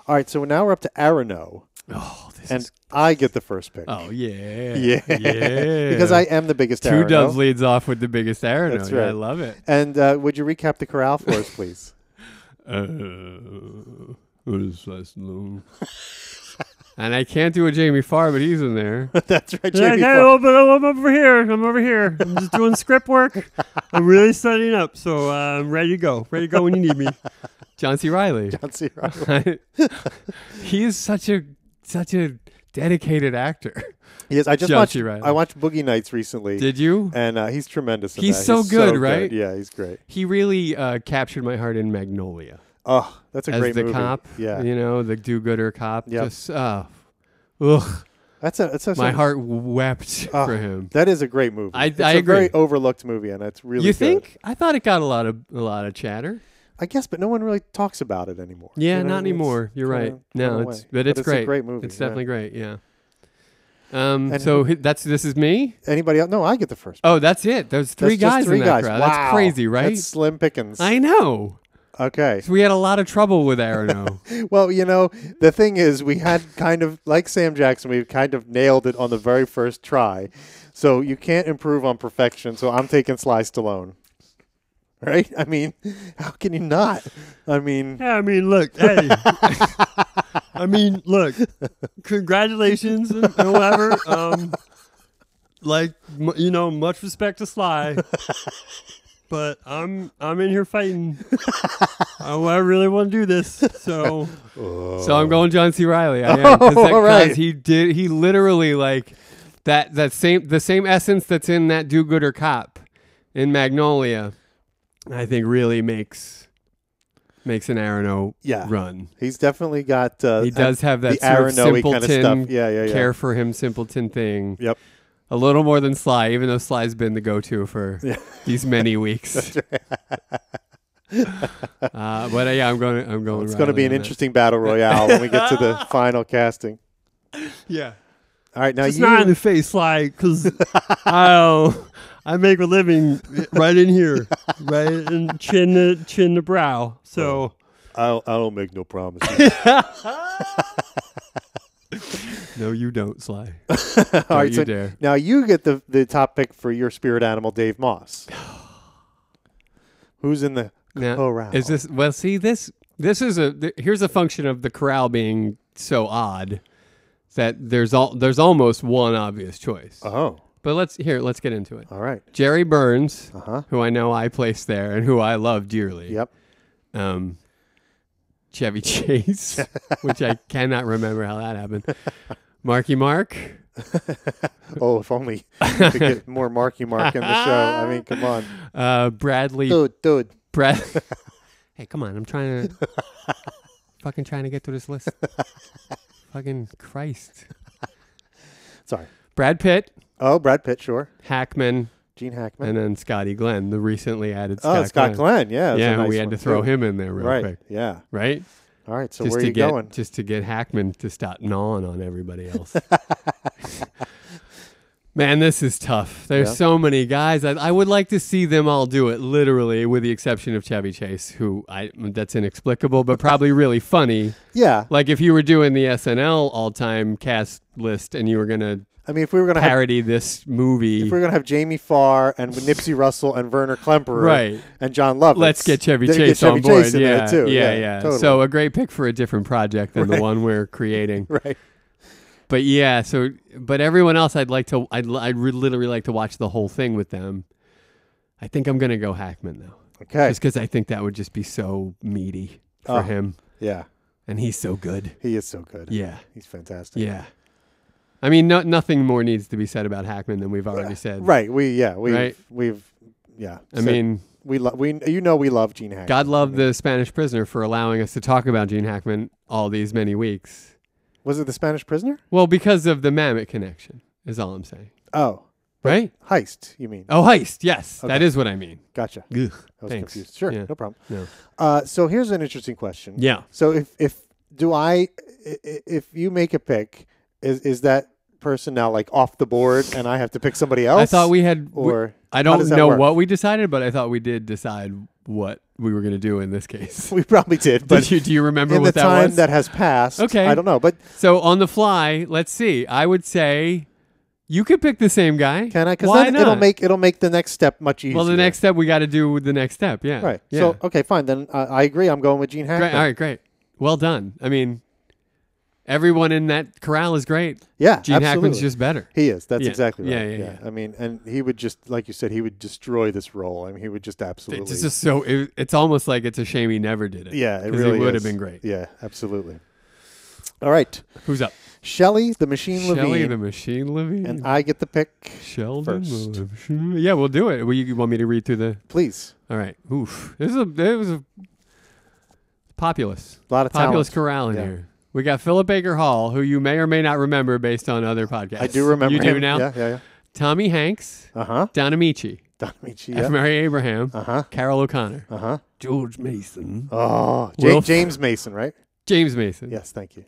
B: All right. So now we're up to Arano,
A: Oh, this
B: and
A: is.
B: I get the first pick.
A: Oh yeah.
B: Yeah.
A: yeah.
B: because I am the biggest
A: two
B: Arano.
A: doves leads off with the biggest arrow.
B: That's
A: Yeah, I
B: right.
A: love it.
B: And uh, would you recap the corral for us, please?
A: Uh, what is last name? and I can't do a Jamie Farr, but he's in there.
B: That's right. Jamie Foxx.
A: I'm over here. I'm over here. I'm just doing script work. I'm really studying up, so uh, I'm ready to go. Ready to go when you need me. John C. Riley.
B: Let's see, right?
A: he is such a such a dedicated actor.
B: Yes, I just
A: John
B: watched.
A: C. Reilly.
B: I watched Boogie Nights recently,
A: Did you?
B: and uh, he's tremendous. In
A: He's
B: that.
A: so good, right?
B: Yeah, he's great.
A: He really uh, captured my heart in Magnolia.
B: Oh, that's a
A: as
B: great
A: the
B: movie.
A: cop.
B: Yeah,
A: You know, the do gooder cop.
B: Yep.
A: Just uh ugh.
B: that's a that's such
A: My
B: a-
A: heart wept
B: Oh,
A: for him.
B: That is a great movie.
A: I-
B: it's
A: I
B: a
A: agree.
B: very overlooked movie, and it's really
A: you
B: good.
A: think? I thought it got a lot of a lot of chatter.
B: I guess, but no one really talks about it anymore.
A: Yeah,
B: You know what
A: not
B: I mean? It's
A: anymore. You're
B: gone
A: right.
B: a-
A: No,
B: gone
A: it's
B: away.
A: but, it's,
B: it's
A: great.
B: a great movie.
A: It's
B: yeah.
A: definitely great. Yeah. Um.
B: And-
A: so hi- that's this is me.
B: Anybody else? No, I get the first.
A: Oh, that's it. There's
B: That's
A: three
B: just
A: guys
B: three
A: in that
B: guys.
A: crowd.
B: Wow.
A: That's crazy, right?
B: That's slim pickings.
A: I know.
B: okay.
A: So we had a lot of trouble with Arano.
B: Well, you know, the thing is, we had kind of like Sam Jackson, we kind of nailed it on the very first try. So you can't improve on perfection. So I'm taking Sly Stallone. Right? I mean, how can you not? I mean,
A: I mean, look, hey. I mean, look. Congratulations and whatever. Um, like, m- you know, much respect to Sly.
E: but I'm I'm in here fighting. I, I really want to do this. So
A: So I'm going John C. Riley. I am. 'cause
B: Oh,
A: that-
B: all right.
A: 'cause He did. He literally like that. That same the same essence that's in that Do Gooder Cop in Magnolia. I think really makes makes an Arano
B: Yeah.
A: run.
B: He's definitely got. Uh,
A: He does have that
B: the
A: sort of
B: Aronoe kind of
A: simpleton
B: stuff. Yeah, yeah, yeah.
A: care for him simpleton thing.
B: Yep.
A: A little more than Sly, even though Sly's been the go-to for these many weeks. uh, but uh, yeah, I'm going. I'm going.
B: It's going to be
A: Riley
B: an
A: on that.
B: interesting battle royale when we get to the final casting.
A: Yeah.
B: All right, now
E: it's
B: you.
E: not in the face, like because I I make a living right in here, right in chin to chin to brow. So
B: I, I don't make no promises.
A: No, you don't, Sly.
B: All right,
A: you
B: so
A: dare.
B: now you get the the top pick for your spirit animal, Dave Moss. Who's in the
A: Now,
B: corral?
A: Is this well? See this. This is a th- here's a function of the corral being so odd that there's all there's almost one obvious choice.
B: Oh,
A: but let's here let's get into it.
B: all right.
A: Jerry Burns,
B: Uh-huh.
A: who I know I placed there and who I love dearly.
B: Yep.
A: Um, Chevy Chase, which I cannot remember how that happened. Marky Mark,
B: Oh, if only to get more Marky Mark in the show. I mean, come on,
A: uh, Bradley
B: dude, dude.
A: Brad. hey, come on! I'm trying to fucking trying to get through this list. fucking Christ!
B: Sorry.
A: Brad Pitt,
B: Oh, Brad Pitt, sure.
A: Hackman,
B: Gene Hackman.
A: and then Scotty Glenn, the recently added
B: oh,
A: Scott,
B: Scott Glenn. Yeah, that's a
A: Yeah,
B: nice
A: we had
B: one,
A: to throw
B: too.
A: him in there real
B: Right.
A: quick,
B: Yeah.
A: right?
B: All right. So
A: just
B: where
A: to
B: are you
A: get
B: going?
A: just to get Hackman to stop gnawing on everybody else. Man, this is tough. There's
B: Yeah.
A: so many guys. I, I would like to see them all do it, literally, with the exception of Chevy Chase, who I that's inexplicable, but probably really funny.
B: Yeah.
A: Like if you were doing the SNL all-time cast list and you were gonna
B: I mean, if we were gonna have,
A: parody this movie,
B: if we were gonna have Jamie Farr and Nipsey Russell and Werner Klemperer
A: Right.
B: and John Lovitz,
A: let's get Chevy
B: then
A: Chase
B: get Chevy
A: on board.
B: Chase in there,
A: yeah,
B: too.
A: yeah, yeah.
B: totally.
A: So a great pick for a different project than the
B: Right.
A: one we're creating.
B: right.
A: But yeah, so but everyone else, I'd like to, I'd, li- I'd re- literally like to watch the whole thing with them. I think I'm gonna go Hackman though,
B: Okay.
A: just because I think that would just be so meaty for
B: Oh.
A: him,
B: Yeah.
A: and he's so good.
B: He is so good.
A: Yeah,
B: He's fantastic.
A: yeah. I mean, no, nothing more needs to be said about Hackman than we've already said.
B: Right. We yeah, we
A: Right.
B: have we've yeah.
A: I
B: So
A: mean,
B: we love we you know we love Gene Hackman.
A: God love the Spanish prisoner for allowing us to talk about Gene Hackman all these many weeks.
B: Was it the Spanish prisoner?
A: Well, because of the Mamet connection, is all I'm saying.
B: Oh,
A: Right?
B: heist, you mean.
A: Oh, heist. Yes, that is what I mean.
B: Gotcha. I
A: Ugh,
B: was
A: thanks.
B: confused. Sure,
A: Yeah.
B: no problem.
A: No.
B: Uh, so here's an interesting question.
A: Yeah.
B: So if if do I i- i- if you make a pick, is is that person now like off the board and I have to pick somebody else?
A: I thought we had. we-
B: or
A: I
B: how
A: don't
B: does that
A: know
B: work?
A: what we decided, but I thought we did decide what we were going to do in this case.
B: we probably did, but
A: Did you, do you remember
B: in the
A: what that
B: time
A: was?
B: that has passed,
A: Okay.
B: I don't know. But
A: so on the fly, let's see. I would say you could pick the same guy.
B: can I? Because
A: Why
B: then
A: not?
B: it'll make it'll make the next step much easier.
A: Well, the next step we got to do with the next step. Yeah.
B: Right.
A: Yeah.
B: So okay, fine. Then uh, I agree. I'm going with Gene Hackman.
A: Great. All right, great. Well done. I mean, everyone in that corral is great.
B: Yeah,
A: Gene Hackman's
B: absolutely.
A: just better.
B: He is. That's
A: Yeah.
B: exactly right.
A: Yeah, yeah, yeah.
B: I mean, and he would just, like you said, he would destroy this role. I mean, he would just absolutely.
A: It's just so. It, it's almost like it's a shame he never did it.
B: yeah, it
A: 'Cause
B: really
A: he would
B: is.
A: have been great.
B: Yeah, absolutely. All right,
A: Who's up?
B: Shelley, the Machine
A: Shelly
B: Levine,
A: the Machine Levine.
B: and I get the pick,
A: Sheldon.
B: first.
A: the Machine- Yeah, we'll do it. Will you, you want me to read through the?
B: please.
A: All right. Oof. This is a. It was a populous.
B: A lot of
A: Populous
B: talent.
A: corral in
B: Yeah.
A: here. We got Philip Baker Hall, who you may or may not remember based on other podcasts.
B: I do remember.
A: You do
B: him.
A: now.
B: Yeah, yeah,
A: Tommy Hanks,
B: yeah. Uh huh.
A: Don Amici,
B: Don Amici.
A: F.
B: Yeah.
A: Mary Abraham,
B: Uh huh.
A: Carol O'Connor,
B: Uh huh.
A: George Mason,
B: Oh, Ja-
A: Wilf.
B: James Mason, right?
A: James Mason,
B: Yes, thank you.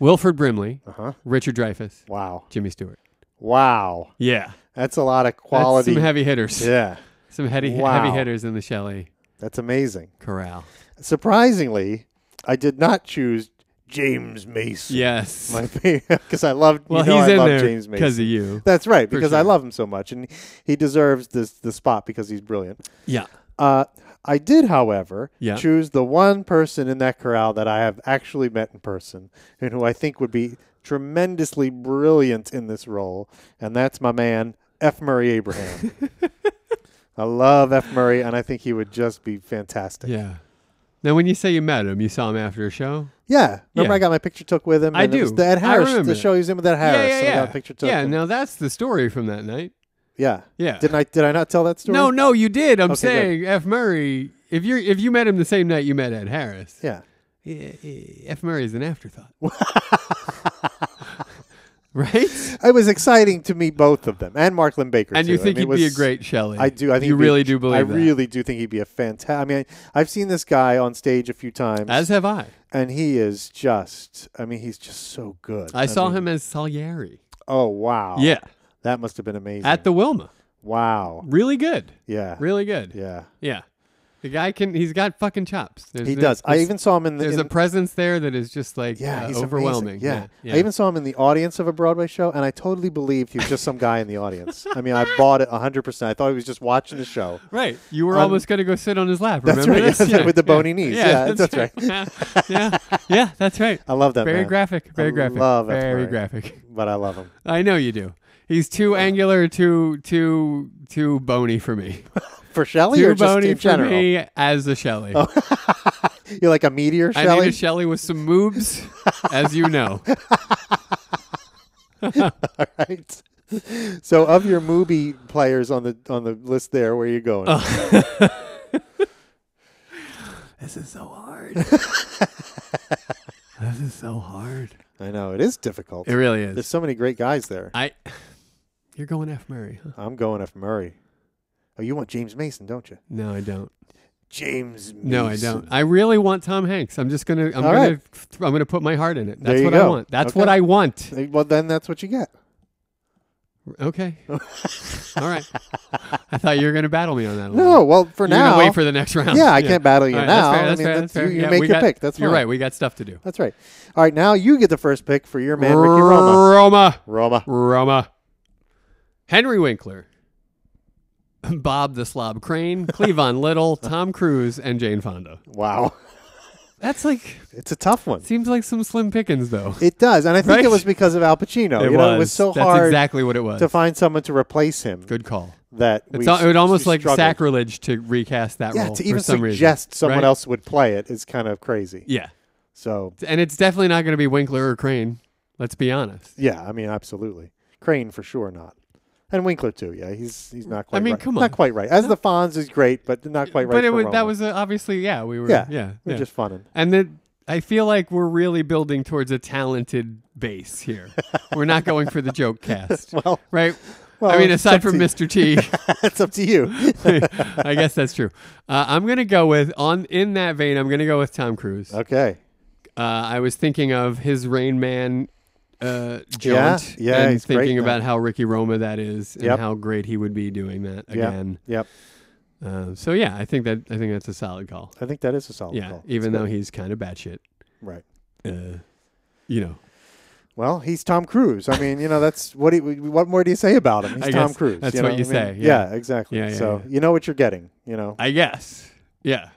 A: Wilford Brimley,
B: Uh huh.
A: Richard Dreyfuss,
B: Wow.
A: Jimmy Stewart.
B: Wow.
A: Yeah,
B: That's a lot of
A: That's
B: quality.
A: some heavy hitters.
B: yeah.
A: Some heavy
B: Wow.
A: heavy hitters in the Shelley
B: That's amazing.
A: corral.
B: Surprisingly, I did not choose James Mason.
A: Yes.
B: my because I love.
A: well,
B: you know
A: he's
B: I
A: in
B: love
A: there
B: James Mason.
A: because of you.
B: That's right,
A: For
B: because I
A: sure.
B: love him so much, and he deserves this the spot because he's brilliant.
A: Yeah.
B: Uh, I did, however,
A: Yeah.
B: choose the one person in that corral that I have actually met in person, and who I think would be tremendously brilliant in this role, and that's my man F. Murray Abraham. I love F. Murray, and I think he would just be fantastic.
A: Yeah. Now, when you say you met him, you saw him after a show.
B: Yeah.
A: Yeah.
B: Remember, I got my picture took with him.
A: I
B: and It
A: do.
B: was the Ed
A: I
B: Harris,
A: remember
B: the
A: that.
B: show he was in with Ed Harris.
A: yeah,
B: and I
A: yeah,
B: got
A: yeah.
B: a picture took.
A: yeah.
B: and-
A: Now that's the story from that night.
B: yeah.
A: Yeah.
B: Didn't I? Did I not tell that story?
A: No, no, you did. I'm
B: Okay, good.
A: saying F. Murray. If you are if you met him the same night you met Ed Harris,
B: Yeah.
A: eh, eh, F. Murray is an afterthought. right?
B: It was exciting to meet both of them and Marklin Baker.
A: And you
B: too. I
A: think
B: mean,
A: he'd
B: it was,
A: be a great Shelley?
B: I do. I think
A: you
B: he'd be-
A: really do believe
B: I
A: that.
B: really do think he'd be a fantastic. I mean, I, I've seen this guy on stage a few times,
A: As have I.
B: and he is just. I mean, he's just so good.
A: I saw
B: mean,
A: him as Salieri.
B: Oh wow.
A: Yeah,
B: That must have been amazing.
A: at the Wilma.
B: wow.
A: Really good.
B: Yeah.
A: Really good. Yeah.
B: Yeah.
A: The guy can. He's got fucking chops. There's,
B: He
A: there's-
B: does. I even saw him in the.
A: There's
B: in-
A: a presence there that is just like
B: yeah,
A: uh,
B: he's
A: overwhelming.
B: Amazing. Yeah.
A: yeah.
B: I even saw him in the audience of a Broadway show, and I totally believed he was just some guy in the audience. I mean, I bought it 100%. I thought he was just watching the show.
A: Right. You were
B: Um,
A: almost going to go sit on his lap.
B: that's
A: Remember
B: right.
A: this?
B: With the bony knees. Yeah, that's
A: yeah. Yeah, that's right.
B: I love that
A: Very
B: man.
A: graphic. Very
B: I
A: graphic.
B: love F.
A: very
B: Murray.
A: graphic.
B: But I love him.
A: I know you do. He's too angular, too too too bony for me.
B: For Shelley
A: too
B: or just
A: bony
B: in
A: for
B: general?
A: me as a Shelley.
B: You're like a meteor,
A: I need
B: Shelley?
A: a Shelley with some moves, as you know.
B: All right. So of your movie players on the on the list there, where are you going?
A: Oh. This is so hard. this is so hard.
B: I know, it is difficult.
A: It really is.
B: There's so many great guys there.
A: I. You're going F Murray. Huh?
B: I'm going F. Murray. Oh, you want James Mason, don't you?
A: No, I don't.
B: James Mason.
A: No, I don't. I really want Tom Hanks. I'm just gonna. I'm
B: All
A: gonna.
B: right.
A: I'm gonna put my heart in it.
B: There
A: That's
B: you
A: what I
B: go.
A: want. That's
B: Okay.
A: what I want.
B: Uh, Well, then that's what you get.
A: Okay. All right. I thought you were gonna battle me on that. a
B: No,
A: little.
B: well, for
A: Oh. You're
B: now.
A: gonna wait for the next round.
B: yeah, I can't battle you
A: All right,
B: now.
A: That's fair.
B: I
A: That's
B: mean,
A: fair. That's
B: that's-
A: fair.
B: you, you
A: Yeah,
B: make
A: we
B: your
A: got-
B: pick. That's
A: you're
B: fine.
A: right. We got stuff to do.
B: That's right. All right, now you get the first pick for your man, Ricky Roma.
A: Roma.
B: Roma.
A: Roma. Henry Winkler. Bob the Slob Crane, Cleavon Little, Tom Cruise, and Jane Fonda.
B: Wow,
A: That's like
B: it's a tough one.
A: seems like some slim pickings, though.
B: It does, and I think it
A: Right?
B: was because of Al Pacino.
A: It
B: you know, it was so
A: That's
B: hard
A: exactly what it was.
B: to find someone to replace him
A: Good call.
B: that
A: It's
B: we
A: al- it would almost
B: we
A: like
B: struggled.
A: sacrilege to recast that
B: Yeah,
A: role
B: to even
A: for some
B: suggest
A: reason.
B: someone
A: right?
B: else would play it is kind of crazy.
A: Yeah,
B: So
A: and it's definitely not going to be Winkler or Crane. Let's be honest.
B: yeah, I mean, absolutely, Crane for sure not. And Winkler too, yeah, he's he's not quite.
A: mean,
B: right.
A: come
B: not
A: on.
B: quite right. As the Fonz is great, but not quite right.
A: but it
B: for
A: was, that
B: Roma.
A: was uh, obviously yeah we were
B: yeah,
A: yeah yeah,
B: we're just funning.
A: and then I feel like we're really building towards a talented base here. we're not going for the joke cast,
B: Well,
A: right?
B: well,
A: I mean,
B: it's up
A: aside from
B: to you.
A: Mr. T,
B: it's up to you.
A: I guess that's true. Uh, I'm gonna go with on in that vein. I'm gonna go with Tom Cruise.
B: Okay.
A: uh, I was thinking of his Rain Man uh,
B: Yeah,
A: jaunt,
B: yeah,
A: and
B: he's great
A: thinking
B: in
A: about
B: that.
A: how Ricky Roma that is, and
B: Yep.
A: how great he would be doing that
B: Yeah.
A: again.
B: Yep.
A: Uh, so yeah, I think that I think that's a solid call.
B: I think that is a solid
A: yeah,
B: call.
A: even
B: It's
A: though
B: good.
A: he's kind of batshit,
B: right.
A: uh, you know.
B: Well, he's Tom Cruise. I mean, you know, that's what he, what more do you say about him? He's
A: I
B: Tom
A: guess
B: Cruise.
A: that's
B: you know
A: what you
B: I mean?
A: say, yeah.
B: exactly.
A: Yeah, yeah,
B: so
A: yeah.
B: you know what you're getting, you know.
A: I guess. Yeah,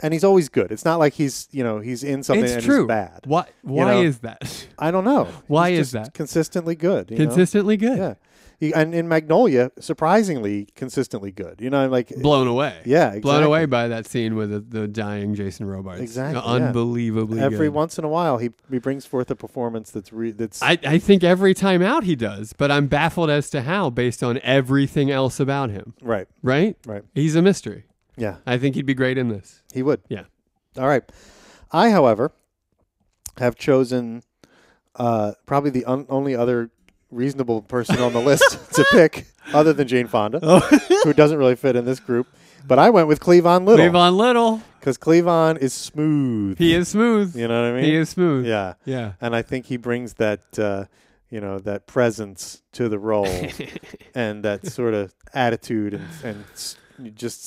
B: And he's always good. It's not like he's, you know, he's in something
A: it's
B: and
A: true.
B: he's bad.
A: Why? Why
B: know?
A: is that?
B: I don't know.
A: Why
B: He's
A: is
B: just
A: that?
B: Consistently good. you know?
A: Consistently good.
B: Yeah. He, and in Magnolia, surprisingly consistently good. You know, like
A: Blown away.
B: Yeah,
A: Blown
B: exactly.
A: away by that scene with the, the dying Jason Robards.
B: Exactly, yeah.
A: Unbelievably
B: every
A: good.
B: once in a while he, he brings forth a performance that's re, that's
A: I, I think every time out he does, but I'm baffled as to how based on everything else about him.
B: right.
A: Right?
B: Right.
A: He's a mystery.
B: Yeah.
A: I think he'd be great in this.
B: He would.
A: Yeah.
B: All right. I, however, have chosen uh, probably the un- only other reasonable person on the list to pick, other than Jane Fonda,
A: Oh.
B: who doesn't really fit in this group. But I went with Cleavon Little
A: Cleavon Little.
B: because Cleavon is smooth.
A: He is smooth.
B: You know what I mean?
A: He is smooth.
B: Yeah.
A: Yeah.
B: And I think he brings that, uh, you know, that presence to the role and that sort of attitude and, and s- just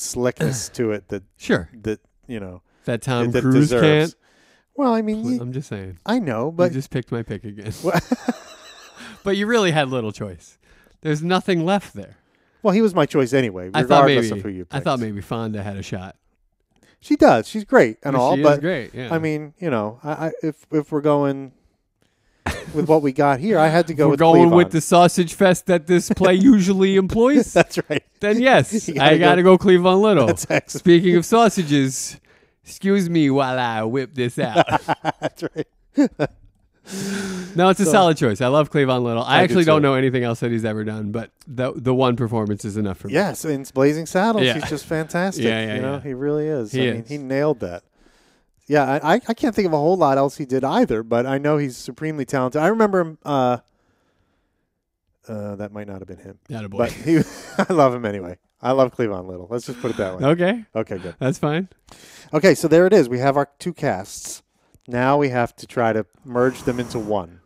B: slickness to it that,
A: Sure.
B: that you know,
A: That Tom
B: that
A: Cruise
B: deserves. Well, I mean,
A: can't.
B: you,
A: I'm just saying.
B: I know,
A: But
B: but
A: you just picked my pick again. but you really had little choice. There's nothing left there.
B: well, he was my choice anyway,
A: I thought
B: regardless of who
A: maybe
B: you
A: I
B: picked.
A: thought maybe Fonda had a shot.
B: she does. She's great and
A: She
B: all,
A: is
B: but
A: great. Yeah.
B: I mean, you know, I, I if if we're going, with what we got here. I had to go
A: We're
B: with
A: going
B: Cleavon.
A: with the sausage fest that this play usually employs.
B: That's right.
A: then yes,
B: You gotta
A: I
B: go-
A: gotta go, Cleveland Little.
B: That's excellent.
A: Speaking of sausages, excuse me while I whip this out.
B: That's right.
A: no, it's a solid choice. I love Cleveland Little. I,
B: I do
A: actually
B: too.
A: don't know anything else that he's ever done, but the the one performance is enough for me.
B: Yes, in Blazing Saddles,
A: Yeah.
B: he's just fantastic.
A: Yeah, yeah,
B: you know,
A: yeah.
B: he really is.
A: He
B: I mean,
A: is.
B: he nailed that. Yeah, I, I I can't think of a whole lot else he did either, but I know he's supremely talented. I remember him. Uh, uh, that might not have been him,
A: Attaboy.
B: but he. I love him anyway. I love Cleavon Little. Let's just put it that way.
A: okay,
B: Okay, good.
A: that's fine.
B: Okay, so there it is. We have our two casts. Now we have to try to merge them into one.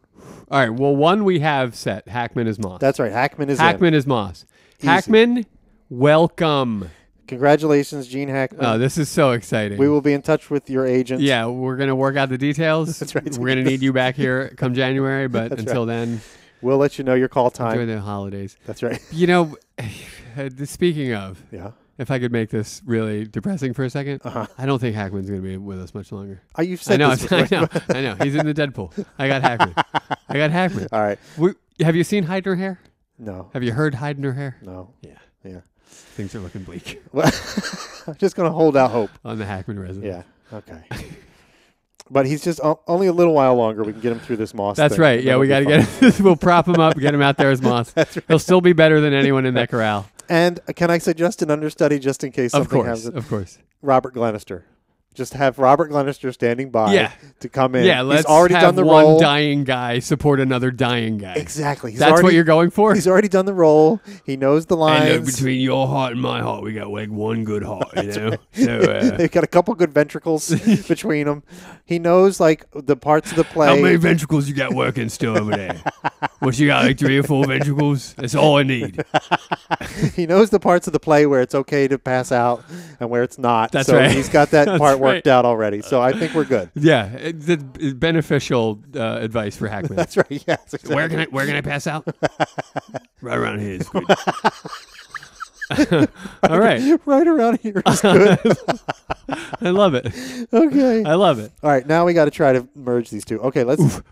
A: All right. Well, one we have set. Hackman is Moss.
B: That's right. Hackman is in.
A: Hackman is Moss. Hackman, welcome.
B: Congratulations, Gene Hackman.
A: Oh, this is so exciting.
B: we will be in touch with your agent.
A: Yeah, we're gonna work out the details. That's
B: right.
A: We're gonna need you back here come January, but
B: That's
A: until then,
B: We'll let you know your call
A: enjoy
B: time.
A: the holidays.
B: That's right.
A: You know, uh, speaking of,
B: Yeah.
A: if I could make this really depressing for a 2nd I don't think Hackman's gonna be with us much longer.
B: Oh, you've
A: I
B: Uh-huh. said
A: know,
B: this
A: I
B: before.
A: know, I know. He's in the Deadpool. I got Hackman. I got Hackman.
B: All right.
A: We, have you seen Hide in Her Hair?
B: No.
A: Have you heard Hide in Her Hair?
B: No.
A: Yeah,
B: Yeah.
A: things are looking bleak
B: Well, I'm just going to hold out hope.
A: on the Hackman resident.
B: Yeah. Okay. But he's just o- only a little while longer. We can get him through this moss.
A: That's
B: thing.
A: right. Yeah,
B: That'll
A: we
B: be
A: got to
B: fun.
A: get him. we'll prop him up, get him out there as Moss. He'll still be better than anyone in that corral.
B: And uh, can I suggest an understudy just in case
A: Of
B: something
A: course,
B: happens?
A: of course.
B: Robert Glenister. Just have Robert Glenister standing by
A: Yeah.
B: to come in.
A: Yeah, let's
B: he's already
A: have
B: done the
A: one
B: role.
A: dying guy support another dying guy.
B: Exactly. He's
A: That's
B: already,
A: what you're going for.
B: He's already done the role. He knows the
A: I know
B: lines.
A: between your heart and my heart, we got like one good heart, you know. So, uh,
B: They've got a couple good ventricles between them. He knows like the parts of the play.
A: how many ventricles you got working still over there? What you got, like three or four ventricles? That's all I need.
B: he knows the parts of the play where it's okay to pass out and where it's not.
A: That's
B: so
A: right.
B: he's got that
A: That's
B: part worked
A: right.
B: out already. So I think we're good.
A: Yeah, it, it- it's beneficial uh, advice for Hackman.
B: That's right. Yes. exactly.
A: Where can I where can I pass out? right around here is good. All right,
B: Right around here is good.
A: I love it.
B: okay.
A: I love it.
B: All right, now we got to try to merge these two. Okay, let's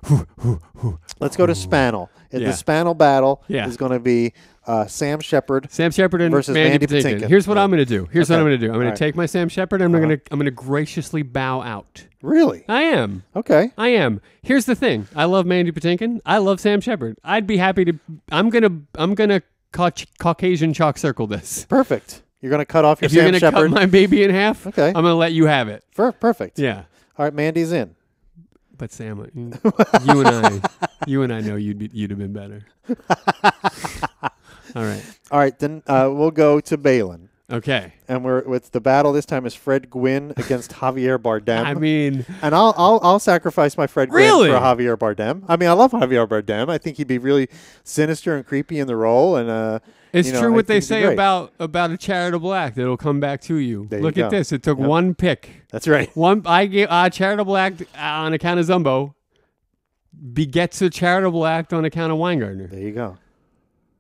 B: let's go to Spanel. And
A: Yeah.
B: The Spanel battle
A: Yeah.
B: is going to be uh, Sam Shepard.
A: Sam Shepard and
B: Versus
A: Mandy,
B: Mandy
A: Patinkin.
B: Patinkin.
A: Here's what
B: Right.
A: I'm going to do. Here's what
B: Okay.
A: I'm going to do. I'm going
B: All
A: to
B: right. Uh-huh.
A: take my Sam Shepard. and I'm going to I'm going to graciously bow out.
B: Really?
A: I am.
B: Okay.
A: I am. Here's the thing. I love Mandy Patinkin. I love Sam Shepard. I'd be happy to. I'm gonna. I'm gonna cau- Caucasian chalk circle this.
B: Perfect. You're going to cut off your
A: If you're
B: Sam
A: gonna
B: Shepard.
A: cut my baby in half,
B: Okay.
A: I'm gonna let you have it.
B: Per- perfect.
A: Yeah.
B: All right, Mandy's in.
A: But Sam, uh, you and I, you and I know you'd be, you'd have been better. All right.
B: All right, then uh, we'll go to Balin.
A: Okay.
B: And we're with the battle this time is Fred Gwynn against Javier Bardem.
A: I mean,
B: and I'll, I'll I'll sacrifice my Fred Gwynn
A: Really?
B: for a Javier Bardem. I mean, I love Javier Bardem. I think he'd be really sinister and creepy in the role. And uh,
A: It's
B: you know,
A: true
B: I
A: what they
B: think he'd be
A: say
B: great.
A: about about a charitable act that'll come back to you.
B: There you
A: Look at
B: go.
A: this. It took one pick.
B: That's right.
A: One I gave a charitable act uh, on account of Zumbo begets a charitable act on account of Weingartner.
B: There you go.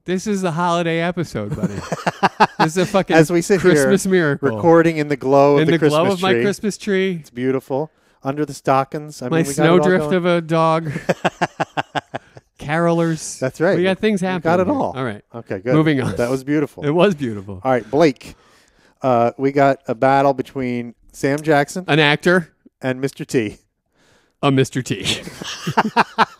A: This is a holiday episode, buddy. this is a fucking
B: As we sit
A: Christmas
B: here,
A: miracle.
B: Recording in the glow of
A: in
B: the,
A: the,
B: Christmas
A: glow of my
B: tree.
A: Christmas tree,
B: It's beautiful. Under the stockings. I
A: my
B: mean, we got it all
A: snowdrift
B: going.
A: of a dog, carolers.
B: That's right.
A: We got things
B: We
A: happening.
B: Got it
A: here.
B: all.
A: All right.
B: Okay. Good.
A: Moving on.
B: That was beautiful.
A: It was beautiful.
B: all right, Blake. Uh, we got a battle between Sam Jackson
A: An actor,
B: and Mr. T.
A: a Mr. T.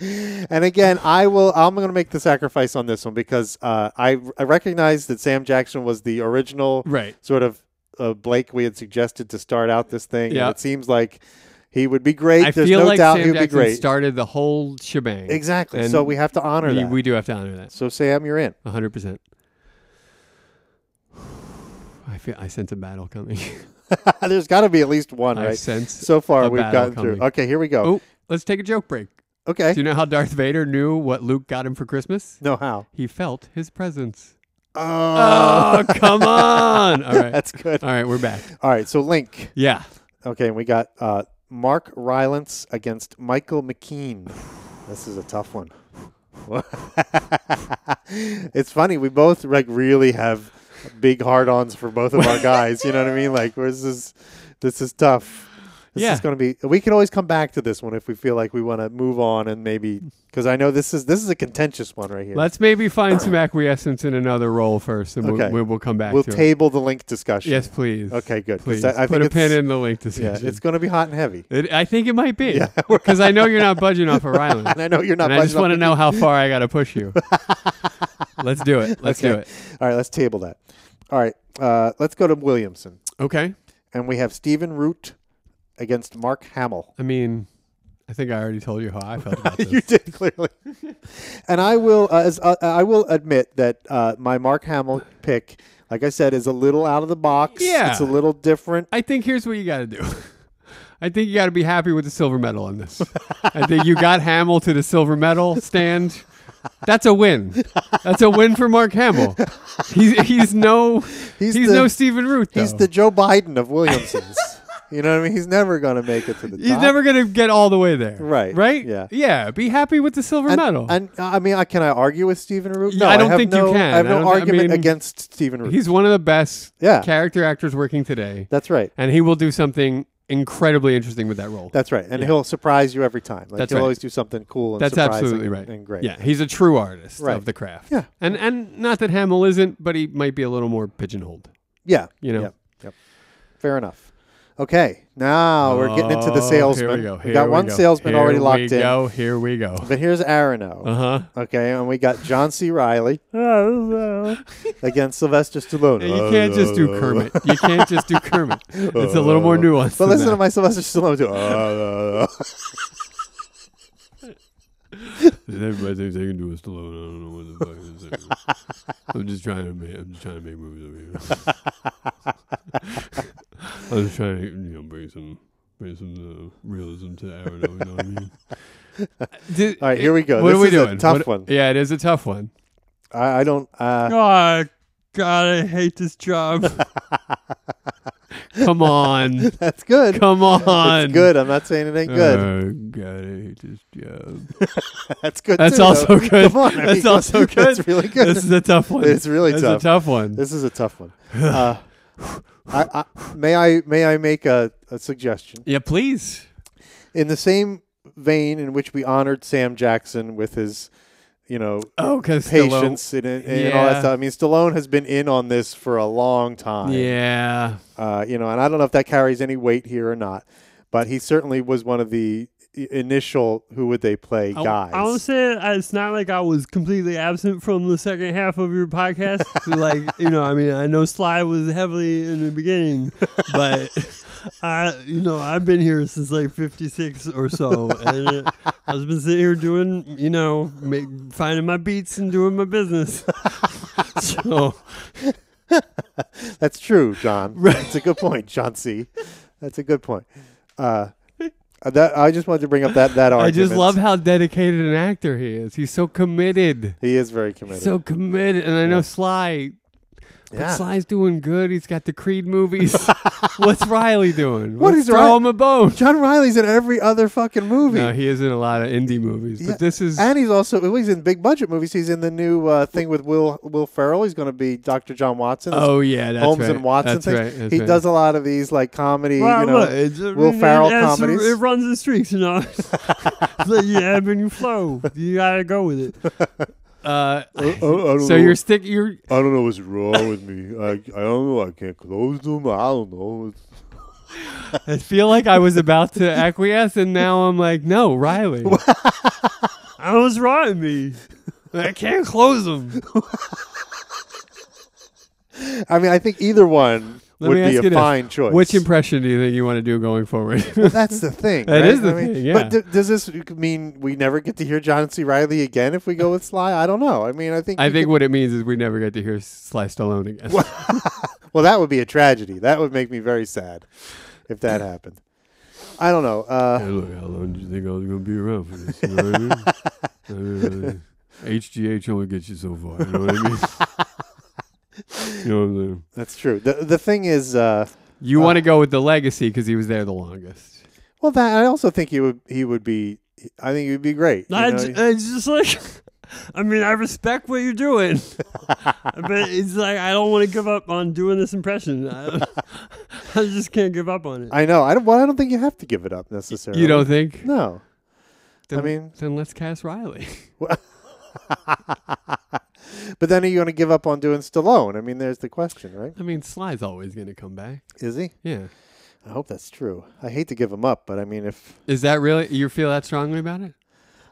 B: And again, I will. I'm going to make the sacrifice on this one because uh, I I recognize that Sam Jackson was the original
A: Right.
B: sort of uh, Blake we had suggested to start out this thing. and
A: Yeah.
B: it seems like he would be great.
A: I
B: There's
A: feel
B: no
A: like
B: doubt
A: Sam
B: he would
A: Jackson
B: be great.
A: started the whole shebang.
B: exactly.
A: And
B: so we have to honor
A: we,
B: that.
A: we do have to honor that.
B: so Sam, you're in.
A: 100%. I feel I sense a battle coming.
B: There's got to be at least one,
A: I
B: right?
A: sense
B: So far,
A: a
B: we've
A: battle
B: gotten through.
A: coming.
B: Okay, here we go.
A: Oh, let's take a joke break.
B: okay.
A: Do you know how Darth Vader knew what Luke got him for Christmas?
B: no how.
A: He felt his presence.
B: Oh,
A: Oh, come on. All right.
B: that's good.
A: All right, we're back.
B: All right. So Link.
A: Yeah.
B: Okay, and we got uh, Mark Rylance against Michael McKean. This is a tough one. it's funny. We both like really have big hard-ons for both of our guys. You know what I mean? Like, where's this? This is tough. This
A: Yeah.
B: is going to be. We can always come back to this one if we feel like we want to move on and maybe because I know this is this is a contentious one right here.
A: Let's maybe find some acquiescence in another role first, and
B: Okay.
A: we'll, we'll come back
B: we'll
A: to it.
B: table the link discussion.
A: Yes, please.
B: Okay, good, 'cause
A: Please
B: I- I
A: put
B: think
A: a pin
B: it's-
A: in the link
B: Yeah,
A: discussion.
B: it's going to be hot and heavy.
A: it, I think it might be because I know you're not budging off of Ryland,
B: And I know you're not.
A: and I just
B: budging up-
A: want to know how far I got to push you. let's do it. Let's do
B: Okay.
A: it.
B: All right, let's table that. All right, uh, let's go to Williamson,
A: Okay.
B: and we have Stephen Root against Mark Hamill.
A: I mean, I think I already told you how I felt about
B: you
A: this.
B: did clearly. and I will, uh, as uh, I will admit that uh, my Mark Hamill pick, like I said, is a little out of the box.
A: Yeah.
B: it's a little different.
A: I think here's what you got to do. I think you got to be happy with the silver medal on this. I think you got Hamill to the silver medal stand. That's a win. That's a win for Mark Hamill. He's he's no
B: He's
A: he's,
B: the-
A: no Stephen Root.
B: He's
A: though.
B: the Joe Biden of Williamsons. you know what I mean? He's never going to make it to the
A: He's
B: top.
A: never gonna get all the way there.
B: Right.
A: Right.
B: Yeah.
A: Yeah. Be happy with the silver
B: and,
A: medal.
B: And uh, I mean, I can I argue with Stephen Root?
A: Yeah,
B: No,
A: I don't
B: have
A: think you
B: no,
A: can.
B: I have
A: I
B: no
A: don't- I
B: argument
A: mean,
B: against Stephen Root.
A: he's one of the best
B: Yeah.
A: character actors working today,
B: That's right.
A: and he will do something incredibly interesting with that role.
B: That's right. And he'll surprise you every time. Like
A: That's
B: he'll
A: right.
B: always do something cool and
A: That's
B: surprising
A: absolutely right.
B: and great.
A: Yeah, he's a true artist
B: Right.
A: of the craft.
B: Yeah.
A: and and not that Hamill isn't, but he might be a little more pigeonholed.
B: Yeah.
A: You know.
B: Yep. Yep. Fair enough. Okay. Now we're getting into the
A: Oh,
B: salesman.
A: Here we go. Here
B: got
A: we
B: one
A: go.
B: salesman
A: Here
B: already locked
A: we
B: in.
A: Go. Here we go.
B: But here's Arano.
A: Uh huh.
B: Okay, and we got John C. Riley against Sylvester Stallone.
A: You can't just do Kermit. You can't just do Kermit. It's a little more nuanced.
B: Oh. But
A: than
B: listen
A: that.
B: to my Sylvester Stallone too.
A: Everybody thinks they can do a Stallone. I don't know what the fuck this is. I'm just trying to make. I'm just trying to make movies over here. I'm just trying to you know bring some bring some uh, realism to Arrow. You know what I mean?
B: All right, here we go.
A: What
B: This
A: are we
B: is a
A: doing?
B: tough
A: What-
B: one.
A: Yeah, it is a tough one.
B: I, I don't. Uh,
E: God, God, I hate this job.
A: Come on,
B: that's good.
A: come on.
B: It's good. I'm not saying it ain't good.
A: Oh, God, I hate this job.
B: that's good.
A: That's
B: too,
A: also
B: though.
A: good.
B: Come on, I
A: That's
B: mean,
A: also good.
B: That's really good.
A: This is a tough one.
B: It's really
A: This
B: tough.
A: is a tough one.
B: This is a tough one. Uh, I, I, may I may I make a, a suggestion
A: yeah, please.
B: in the same vein in which we honored Sam Jackson with his, you know,
A: Oh, because
B: patience and, and, and all that
A: Yeah.
B: stuff. I mean, Stallone has been in on this for a long time.
A: Yeah.
B: Uh, you know, and I don't know if that carries any weight here or not, but he certainly was one of the i- initial who would they play
E: I-
B: guys.
E: I will say it, it's not like I was completely absent from the second half of your podcast. like you know, I mean, I know Sly was heavily in the beginning, but I, you know, I've been here since like '56 or so, and uh, I've been sitting here doing, you know, make, finding my beats and doing my business. so
B: That's true, John. That's a good point, John C. That's a good point. Uh, that I just wanted to bring up that that
A: I
B: argument.
A: just love how dedicated an actor he is. He's so committed.
B: he is very committed.
A: So committed. And I know Sly. But
B: Yeah.
A: Sly's doing good. He's got the Creed movies. What's Riley doing?
B: What
A: Let's
B: is
A: throw
B: Ri-
A: him a bone.
B: John Riley's in every other fucking movie.
A: No, he is in a lot of indie movies.
B: Yeah.
A: But this is
B: and he's also well, he's in big budget movies. He's in the new uh, thing with Will Will Ferrell. He's going to be Dr. John Watson. It's
A: Oh yeah, that's
B: Holmes
A: right.
B: and Watson
A: That's
B: things.
A: right. that's
B: he
A: right.
B: does a lot of these like comedy,
E: Well,
B: you know,
E: look, it's- I
B: Will
E: mean,
B: Ferrell
E: it has to-
B: comedies.
E: It runs the streets, you know. Let you ebb and you flow. You gotta go with it.
A: Uh,
F: don't
A: so
F: know.
A: you're stick. You're
F: I don't know what's wrong with me. I, I don't know. I can't close them. I don't know. It's-
A: I feel like I was about to acquiesce, and now I'm like, no, Riley.
E: I was right, with me. I can't close them.
B: I mean, I think either one
A: Let
B: would
A: me
B: be
A: ask
B: a
A: you this.
B: fine choice.
A: Which impression do you think you want to do going forward?
B: That's the thing.
A: That
B: right?
A: is the
B: I mean,
A: thing, yeah.
B: But d- does this mean we never get to hear John C. Riley again if we go with Sly? I don't know. I mean, I think.
A: I
B: you
A: think
B: could-
A: what it means is we never get to hear Sly Stallone again.
B: well, that would be a tragedy. That would make me very sad if that happened. I don't know.
F: Hey,
B: Uh,
F: look, how long do you think I was going to be around for this? You know what I mean? I mean? uh, HGH only gets you so far. You know what I mean? you know what I'm saying?
B: that's true. The the thing is, uh,
A: You want to go with the legacy because he was there the longest. uh,
B: well, that I also think he would he would be. I think he would be great. you
E: I,
B: know?
E: j- I just like I mean, I respect what you're doing, but it's like I don't want to give up on doing this impression. I, don't- I just can't give up on it.
B: I know. I don't. Well, I don't think you have to give it up necessarily.
A: You don't think?
B: No.
A: Then,
B: mean-
A: then let's cast Riley.
B: But then are you going to give up on doing Stallone? I mean, there's the question, right?
A: I mean, Sly's always going to come back.
B: Is he?
A: Yeah.
B: I hope that's true. I hate to give him up, but I mean, if
A: Is that really? You feel that strongly about it?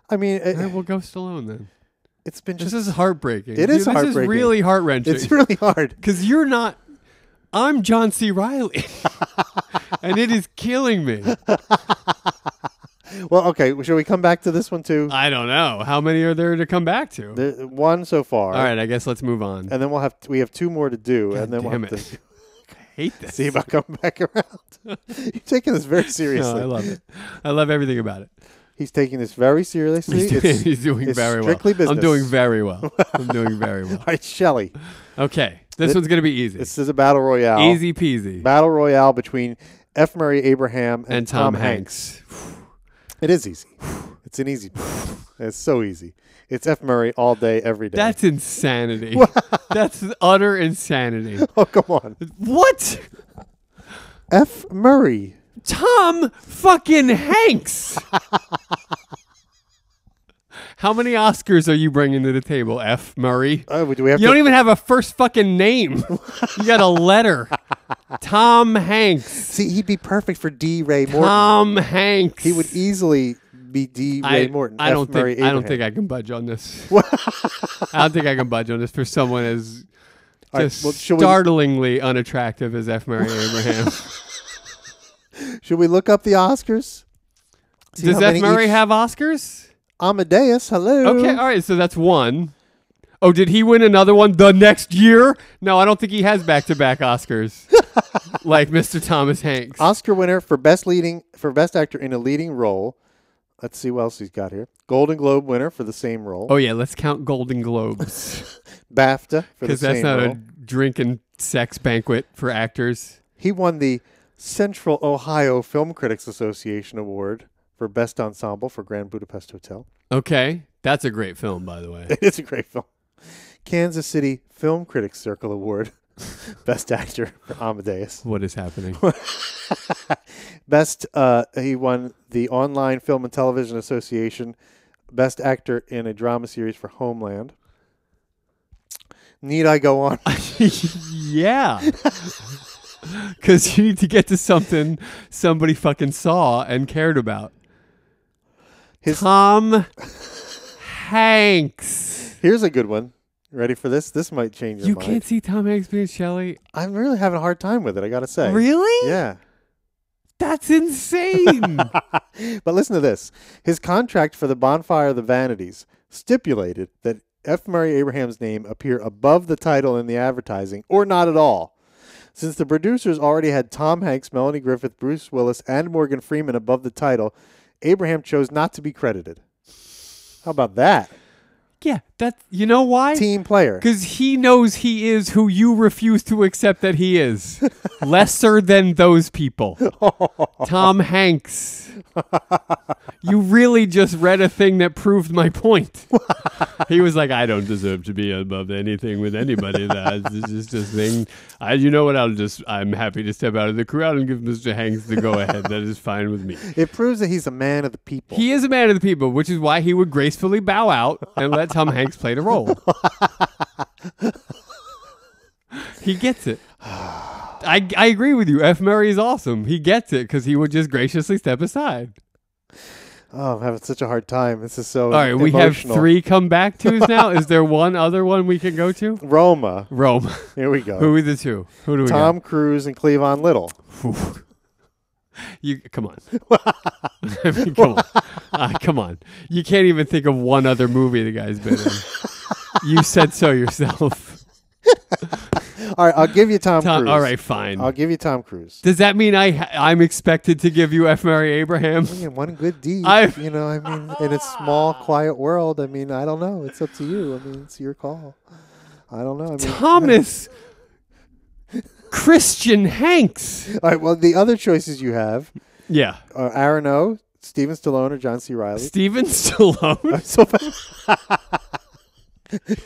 B: I mean, eh,
A: All right,
B: it,
A: we'll go Stallone then.
B: it's been
A: This
B: just
A: is heartbreaking. Dude,
B: It is
A: This is
B: heartbreaking.
A: really heart
B: it's
A: wrenching.
B: really hard.
A: Because you're not. I'm John C. Riley, and it is killing me.
B: Well, okay. Should we come back to this one too?
A: I don't know how many are there to come back to.
B: The, one so far.
A: All right, I guess let's move on.
B: And then we'll have we have two more to do, and then we'll
A: damn
B: have
A: it.
B: to
A: I hate this.
B: see about coming back around. You're taking this very
A: no,
B: seriously.
A: I love it. I love everything about it.
B: He's taking this very seriously.
A: He's, doing-
B: It's-
A: he's doing
B: it's
A: very well.
B: strictly
A: I'm doing
B: business.
A: very well. I'm doing very well.
B: all right, Shelley.
A: Okay, this
B: Th-
A: one's gonna be easy.
B: This is a battle royale.
A: Easy peasy.
B: battle royale between F. Murray Abraham and,
A: and Tom, Hanks.
B: It is easy. It's an easy. it's so easy. It's F. Murray all day, every day.
A: That's insanity. That's utter insanity.
B: oh, come on.
A: What?
B: F. Murray.
A: Tom fucking Hanks. How many Oscars are you bringing to the table, F. Murray?
B: Oh, do we have
A: You
B: to?
A: don't even have a first fucking name. You got a letter. Tom Hanks.
B: see, he'd be perfect for D. Ray Morton.
A: Tom Hanks.
B: He would easily be D. Ray
A: I,
B: Morton.
A: I
B: F.
A: don't
B: Murray
A: think I don't
B: Abraham.
A: think I can budge on this. I don't think I can budge on this for someone as
B: All right,
A: just
B: well, should we-
A: startlingly unattractive as F. Murray Abraham.
B: Should we look up the Oscars? See
A: Does
B: how
A: F.
B: many
A: Murray
B: each-
A: have Oscars?
B: Amadeus? Hello.
A: Okay, all right, so that's one. Oh, did he win another one the next year? No, I don't think he has back to back Oscars like Mr. Thomas Hanks.
B: Oscar winner for best leading for best actor in a leading role. Let's see what else he's got here. Golden Globe winner for the same role.
A: Oh, yeah, let's count Golden Globes
B: BAFTA for the
A: because that's
B: same
A: not
B: role.
A: a drink and sex banquet for actors.
B: He won the Central Ohio Film Critics Association Award for best ensemble for Grand Budapest Hotel.
A: Okay, that's a great film, by the way.
B: It's a great film. Kansas City Film Critics Circle Award, best actor for Amadeus.
A: What is happening?
B: Best uh, he won the Online Film and Television Association best actor in a drama series for Homeland. Need I go on?
A: yeah. Because you need to get to something somebody fucking saw and cared about.
B: His-
A: Tom Hanks.
B: Here's a good one. Ready for this? This might change your
A: You
B: mind.
A: can't see Tom Hanks being Shelley.
B: I'm really having a hard time with it. I gotta say.
A: Really?
B: Yeah.
A: That's insane.
B: But listen to this. His contract for the Bonfire of the Vanities stipulated that F. Murray Abraham's name appear above the title in the advertising or not at all. Since the producers already had Tom Hanks, Melanie Griffith, Bruce Willis, and Morgan Freeman above the title, Abraham chose not to be credited. How about that?
A: yeah, that. You know why?
B: Team player.
A: Because he knows he is who you refuse to accept that he is. Lesser than those people. Tom Hanks. You really just read a thing that proved my point. he was like, I don't deserve to be above anything with anybody. That this is just thing. I, you know what? I'll just. I'm happy to step out of the crowd and give Mr. Hanks the go ahead. that is fine with me.
B: It proves that he's a man of the people.
A: He is a man of the people, which is why he would gracefully bow out and let Tom Hanks play the role. he gets it. I, I agree with you. F. Murray is awesome. He gets it because he would just graciously step aside.
B: oh, I'm having such a hard time. This is so.
A: All right, we have
B: emotional.
A: three comeback twos now. is there one other one we can go to?
B: Roma.
A: Rome.
B: Here we go.
A: Who are the two? Who do we
B: Tom Cruise and Cleavon Little.
A: got? You come on. I mean, come on. Ah, come on. You can't even think of one other movie the guy's been in. You said so yourself.
B: All right, I'll give you Tom,
A: Tom,
B: Cruise.
A: all right, fine.
B: I'll give you Tom Cruise.
A: Does that mean I ha- I'm expected to give you F. Murray Abraham?
B: Yeah, one good deed.
A: I've-
B: You know, I mean, in a small, quiet world. I mean, I don't know. It's up to you. I mean, it's your call. I don't know. I mean,
A: Thomas Christian Hanks.
B: all right. Well, the other choices you have
A: Yeah.
B: are Aaron O, Steven Stallone, or John C. Riley.
A: Steven Stallone.
B: So-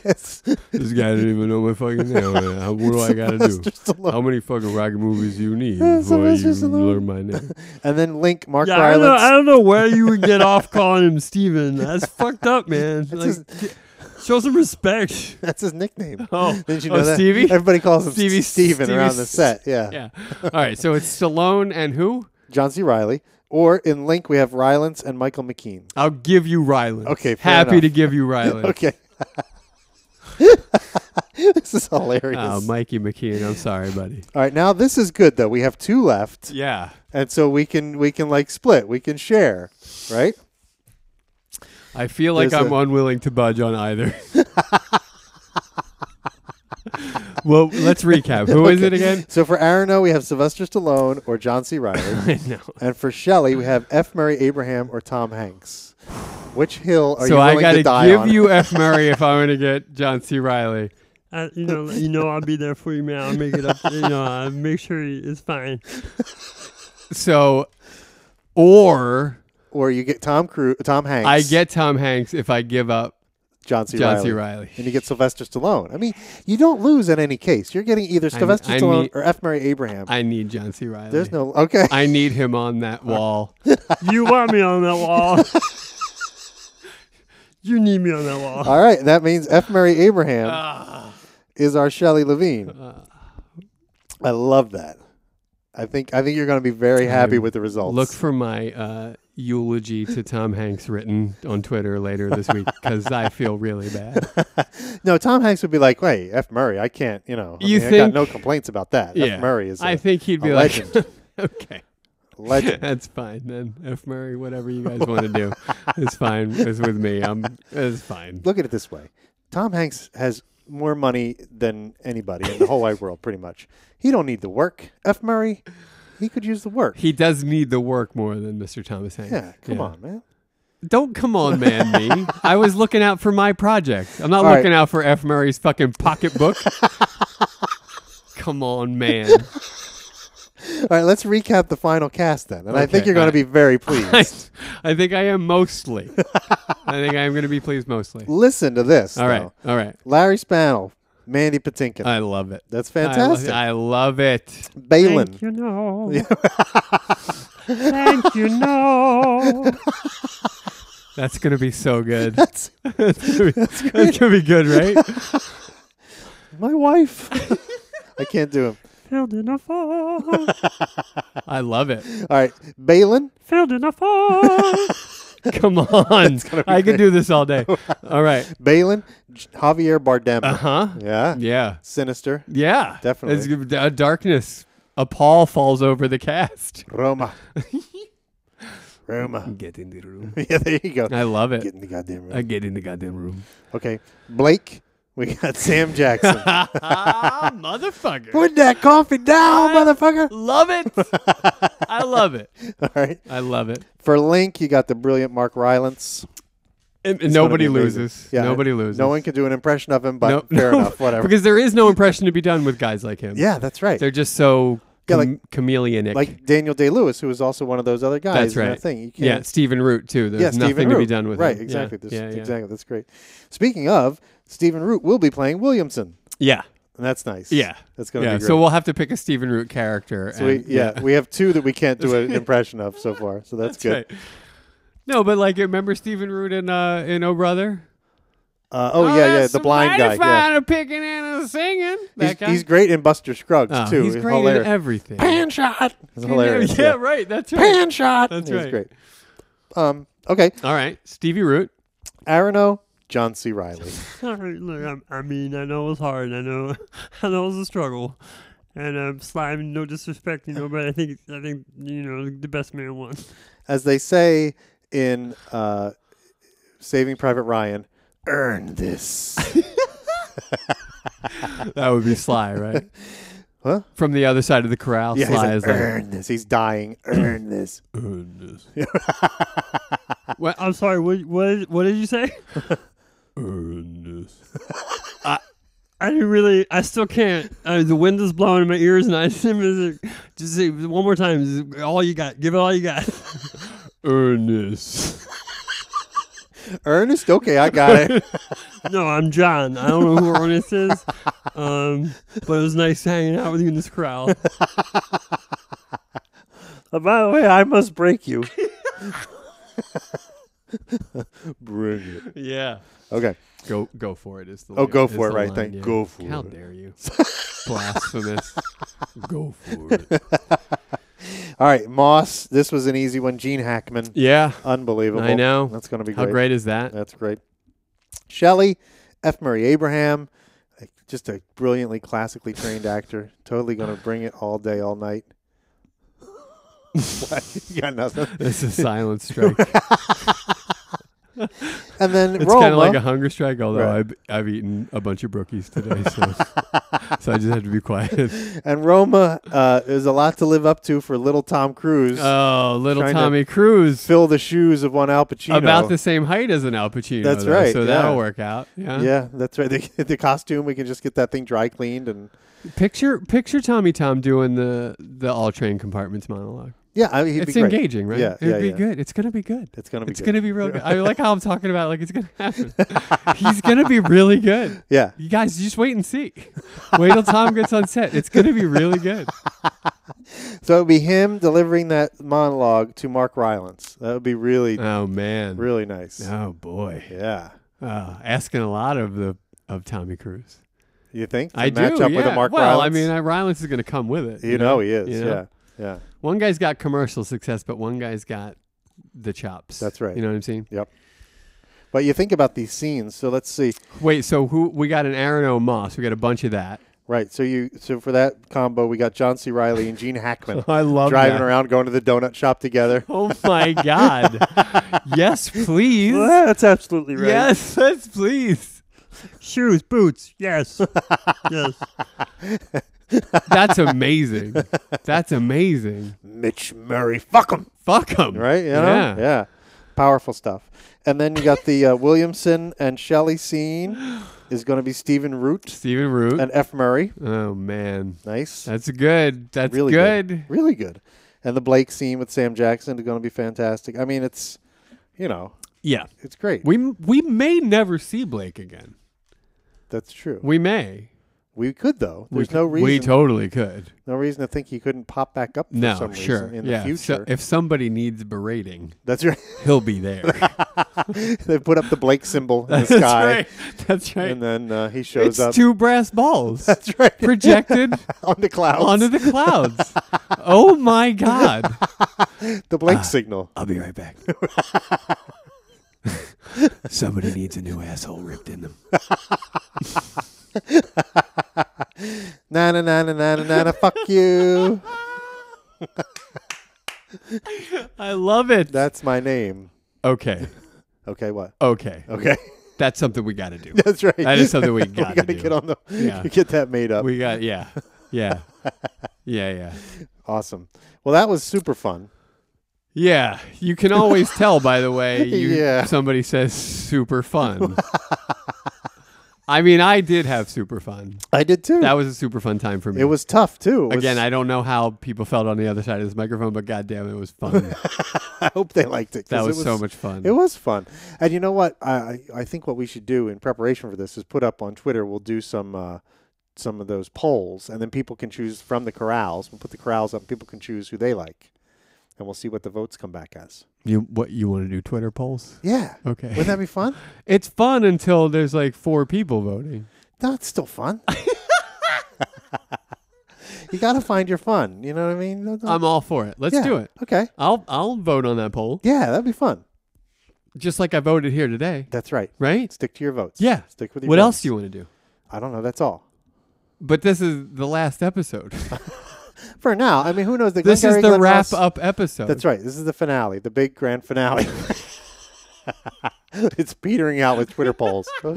B: Yes.
F: This guy didn't even know my fucking name. man. How- What do I gotta do?
B: Sylvester Stallone.
F: How many fucking rocket movies do you need
B: Yeah,
F: before you
B: Sylvester Stallone.
F: learn my name?
B: And then Link, Mark
E: Yeah, I don't, know, I
B: Rylance.
E: don't know where you would get off calling him Steven. That's fucked up, man. Like, show some respect.
B: That's his nickname.
A: Oh,
B: Didn't you
A: oh,
B: know that?
A: Stevie?
B: Everybody calls him
A: Stevie-
B: Stevie Steven
A: Stevie
B: around the
A: S-
B: set. Yeah.
A: Yeah. All right. So it's Stallone and who?
B: John C. Riley. Or in Link, we have Rylance and Michael McKean.
A: I'll give you Ryland.
B: Okay, fair
A: Happy
B: enough.
A: to give you Ryland.
B: Okay. this is hilarious.
A: Oh, Mikey McKeon. I'm sorry, buddy.
B: All right, now this is good though. We have two left,
A: Yeah.
B: and so we can we can like split. We can share, right?
A: I feel like
B: There's
A: I'm
B: a-
A: unwilling to budge on either. well, let's recap. Who is it again?
B: So for Arano, we have Sylvester Stallone or John C. Riley,
A: no.
B: and for Shelley, we have F. Murray Abraham or Tom Hanks. Which hill are
A: So
B: you
A: I
B: willing
A: got
B: to die
A: to give
B: on?
A: you F. Murray if I want to get John C. Riley.
E: I, Uh, you know, you know, I'll be there for you, man. I'll make it up. You know, I'll make sure it's fine.
A: So, or
B: or you get Tom Cruise, Tom Hanks.
A: I get Tom Hanks if I give up
B: John C.
A: John
B: Riley.
A: C. Riley.
B: And you get Sylvester Stallone. I mean, you don't lose in any case. You're getting either Sylvester
A: I
B: Stallone
A: need-
B: or F. Murray Abraham.
A: I need John C. Riley.
B: There's no okay.
A: I need him on that wall.
E: You want me on that wall. you need me on that wall.
B: All right, that means F. Murray Abraham
A: Ah.
B: is our Shelley Levine. I love that. I think I think you're going to be very happy with the results.
A: Look for my uh, eulogy to Tom Hanks written on Twitter later this week because I feel really bad.
B: no, Tom Hanks would be like, "Wait, F. Murray, I can't. You know, I
A: You
B: mean, I got
A: think-
B: no complaints about that.
A: Yeah,
B: F. Murray is a
A: I think he'd
B: a
A: be like,
B: legend.
A: okay.
B: legend.
A: That's fine then. F. Murray, whatever you guys want to do, it's fine. It's with me. I'm. It's fine.
B: Look at it this way: Tom Hanks has more money than anybody in the whole wide world, pretty much. He don't need the work. F. Murray, he could use the work.
A: He does need the work more than Mr. Thomas Hanks.
B: yeah, come on, man.
A: Don't come on, man. Me. I was looking out for my project. I'm not
B: All right.
A: looking out for F. Murray's fucking pocketbook. come on, man.
B: All right, let's recap the final cast then, and I think
A: Okay,
B: you're going
A: all right.
B: to be very pleased.
A: I, I think I am mostly. I think I am going to be pleased mostly.
B: Listen to this.
A: All right.
B: though.
A: All right.
B: Larry Spannell, Mandy Patinkin.
A: I love it.
B: That's
A: I love-
B: fantastic.
A: I love it.
B: Balin.
E: You know. Thank you, no.
A: That's going to be so good.
B: That's
A: That's gonna be- that's going to be good, right?
B: my wife. I can't do him.
E: Filled in a fall.
A: I love it.
B: All right. Balin.
E: Filled in a fall.
A: Come on. I could do this all day. All right.
B: Balin. J- Javier Bardem.
A: Uh huh.
B: Yeah.
A: Yeah.
B: Sinister.
A: Yeah.
B: Definitely.
A: It's gonna be- uh, darkness. A pall falls over the cast.
B: Roma. Roma.
A: Get in the room.
B: Yeah, there you go.
A: I love it.
B: Get in the goddamn room.
A: I get in the goddamn room.
B: okay. Blake. We got Sam Jackson.
A: ah, motherfucker.
B: Put that coffee down, motherfucker.
A: Love it. I love it.
B: All right.
A: I love it.
B: For Link, you got the brilliant Mark Rylance.
A: And- and
B: It's gonna
A: nobody
B: be amazing.
A: loses.
B: Yeah,
A: nobody loses.
B: No one can do an impression of him, but
A: No-
B: fair
A: no,
B: enough. Whatever.
A: Because there is no impression to be done with guys like him.
B: yeah, that's right.
A: They're just so yeah,
B: Yeah, like-
A: chameleonic.
B: like Daniel Day Lewis, who was also one of those other guys.
A: That's
B: in that
A: right.
B: thing. You can't,
A: yeah, Stephen Root too. There's
B: yeah,
A: nothing
B: Stephen
A: to be
B: Root.
A: done with
B: right.
A: him.
B: Exactly. This-
A: Yeah, yeah, yeah.
B: Exactly. That's great. Speaking of, Stephen Root will be playing Williamson,
A: Yeah,
B: and that's nice.
A: yeah.
B: that's gonna
A: yeah.
B: be great.
A: So we'll have to pick a Stephen Root character.
B: So we,
A: and-
B: yeah, we have two that we can't do an impression of so far. So that's, good.
A: Right. No, but like, remember Stephen Root in uh, in Oh Brother?
B: Uh, oh, yeah, yeah,
A: that's
B: the blind guy.
A: mighty
B: Yeah.
A: Fine of picking and singing. That
B: He's,
A: guy.
B: he's great in Buster Scruggs
A: Oh,
B: too.
A: He's great
B: hilarious.
A: at everything.
B: Pan shot. It's hilarious.
A: Yeah,
B: Yeah,
A: right. That's right.
B: Pan shot.
A: That's
B: He's
A: right.
B: great. Um. Okay.
A: All right, Stevie Root.
B: Arano, John C. Riley.
E: Sorry, look, I'm, I mean, I know it was hard. and I know, I know it was a struggle. And um, slime, no disrespect, you know, but I think, I think, you know, the best man won.
B: as they say in uh, Saving Private Ryan, earn this.
A: That would be Sly, right?
B: Huh?
A: From the other side of the corral,
B: yeah, he's
A: Sly
B: like,
A: is like,
B: earn this. He's dying. Earn this.
F: Ernest,
E: I'm sorry, what, what, what did you say?
F: Ernest.
E: I didn't really, I still can't. Uh, the wind is blowing in my ears, and I just, just say one more time, just all you got, give it all you got.
F: Ernest.
B: Ernest. Okay, I got it.
E: No, I'm John. I don't know who Ernest is, um, but it was nice hanging out with you in this crowd.
B: Uh, by the way, I must break you. Bring it.
A: Yeah.
B: Okay.
A: Go go for it is the
B: Oh,
A: lyric-
B: go
A: is
B: for it.
A: the
B: Right.
A: line,
B: Thank.
A: yeah.
B: Go for
A: How
B: it.
A: dare you? Blasphemous.
F: Go for it.
B: All right, Moss. This was an easy one. Gene Hackman.
A: Yeah.
B: Unbelievable.
A: I know.
B: That's going to be
A: How
B: great.
A: great is that?
B: That's great. Shelley, F. Murray Abraham, like, just a brilliantly classically trained actor. Totally going to bring it all day, all night. What? you got nothing.
A: This is silent strike.
B: And then
A: It's
B: Roma.
A: kind of like a hunger strike, although
B: Right.
A: I've, I've eaten a bunch of brookies today, so so I just have to be quiet.
B: and Roma uh, is a lot to live up to for little Tom Cruise.
A: Oh, little
B: Trying to
A: Tommy Cruise,
B: fill the shoes of one Al Pacino.
A: about the same height as an Al Pacino.
B: That's
A: though,
B: right,
A: So
B: yeah.
A: that'll work out. Yeah.
B: Yeah, that's right. The, the costume, we can just get that thing dry cleaned and
A: Picture picture Tommy Tom doing the the all train compartments monologue.
B: yeah, I mean, he'd
A: it's
B: be great.
A: engaging, right?
B: Yeah,
A: It'd
B: yeah,
A: be
B: yeah.
A: good. It's gonna be good.
B: It's gonna be
A: It's
B: good.
A: gonna be real good. I like how I'm talking about it, like it's gonna happen. He's gonna be really good.
B: Yeah,
A: You guys just wait and see. Wait till Tom gets on set. It's gonna be really good.
B: so it'd be him delivering that monologue to Mark Rylance. That would be really,
A: Oh man.
B: really nice.
A: Oh boy.
B: Yeah,
A: Uh, asking a lot of the of Tommy Cruise.
B: you think? To
A: I do.
B: match up
A: yeah.
B: with a Mark
A: well,
B: Rylance.
A: I mean, uh, Rylance is gonna come with it.
B: you, know, he is.
A: you know?
B: Yeah, yeah.
A: One guy's got commercial success, but one guy's got the chops.
B: That's right.
A: You know what I'm saying?
B: But you think about these scenes. So let's see.
A: Wait, so who we got an Aaron O. Moss. We got a bunch of that.
B: Right. So you. So for that combo, we got John C. Riley and Gene Hackman
A: I love
B: driving
A: that.
B: around, going to the donut shop together.
A: Oh my God. yes, please.
E: that's absolutely
A: Yes, yes, please.
E: Shoes, boots. Yes. yes.
A: That's amazing. That's amazing.
B: Mitch Murray, fuck him.
A: Fuck him.
B: right? You know?
A: Yeah.
B: yeah, powerful stuff. And then you got the uh, Williamson and Shelley scene is going to be Stephen Root
A: Stephen Root.
B: and F. Murray.
A: oh man,
B: Nice,
A: that's good. That's
B: really
A: good.
B: good. really good. And the Blake scene with Sam Jackson is going to be fantastic. I mean, it's you know,
A: Yeah.
B: it's great.
A: We we may never see Blake again.
B: That's true. We,
A: We may.
B: could though. There's
A: we,
B: no
A: We
B: reason,
A: totally could.
B: no reason to think he couldn't pop back up for
A: No,
B: some
A: sure.
B: reason in
A: yeah.
B: the
A: so
B: future.
A: if somebody needs berating,
B: That's right.
A: he'll be there.
B: they put up the Blake symbol in the
A: That's
B: sky,
A: right. That's right.
B: and then uh, he shows
A: It's
B: up
A: two brass balls
B: That's right.
A: projected
B: on the clouds.
A: onto the clouds. oh my God.
B: the Blake signal.
A: I'll be right back. Somebody needs a new asshole ripped in them.
B: Na na na na na na na na. Fuck you.
A: I love it.
B: That's my name.
A: okay.
B: Okay, what?
A: Okay.
B: Okay,
A: That's something we got to do.
B: that's right.
A: That is something we
B: we
A: got to
B: got to
A: do.
B: get on the
A: Yeah.
B: get that made up.
A: We got, yeah. Yeah. Yeah, yeah.
B: awesome. Well, that was super fun.
A: Yeah, you can always tell by the way you
B: Yeah.
A: somebody says super fun. I mean, I did have super fun.
B: I did too.
A: That was a super fun time for me.
B: it was tough too. It was-
A: Again, I don't know how people felt on the other side of this microphone, but goddamn, it was fun.
B: I hope they liked it. 'cause
A: that
B: it
A: was, so much fun.
B: It was fun, and you know what? I I I think what we should do in preparation for this is put up on Twitter. We'll do some. Uh, some of those polls, and then people can choose from the corrals. We'll put the corrals up, and people can choose who they like, and we'll see what the votes come back as.
A: you what you want to do? Twitter polls?
B: Yeah,
A: Okay,
B: wouldn't that be fun?
A: it's fun until there's like four people voting.
B: That's still fun. you got to find your fun. You know what I mean? Don't- don't-
A: I'm all for it. Um, Let's
B: Yeah,
A: do it.
B: Okay.
A: I'll I'll vote on that poll,
B: Yeah, that'd be fun.
A: just like I voted here today,
B: That's right.
A: right?
B: Stick to your votes.
A: Yeah.
B: Stick with your
A: What
B: votes.
A: else do you want to do?
B: I don't know. That's all.
A: But this is the last episode.
B: For now, I mean, who knows? The
A: this is
B: Glengarry
A: the
B: Glen
A: wrap
B: Ross-
A: up episode.
B: That's right. This is the finale, the big grand finale. it's petering out with Twitter polls.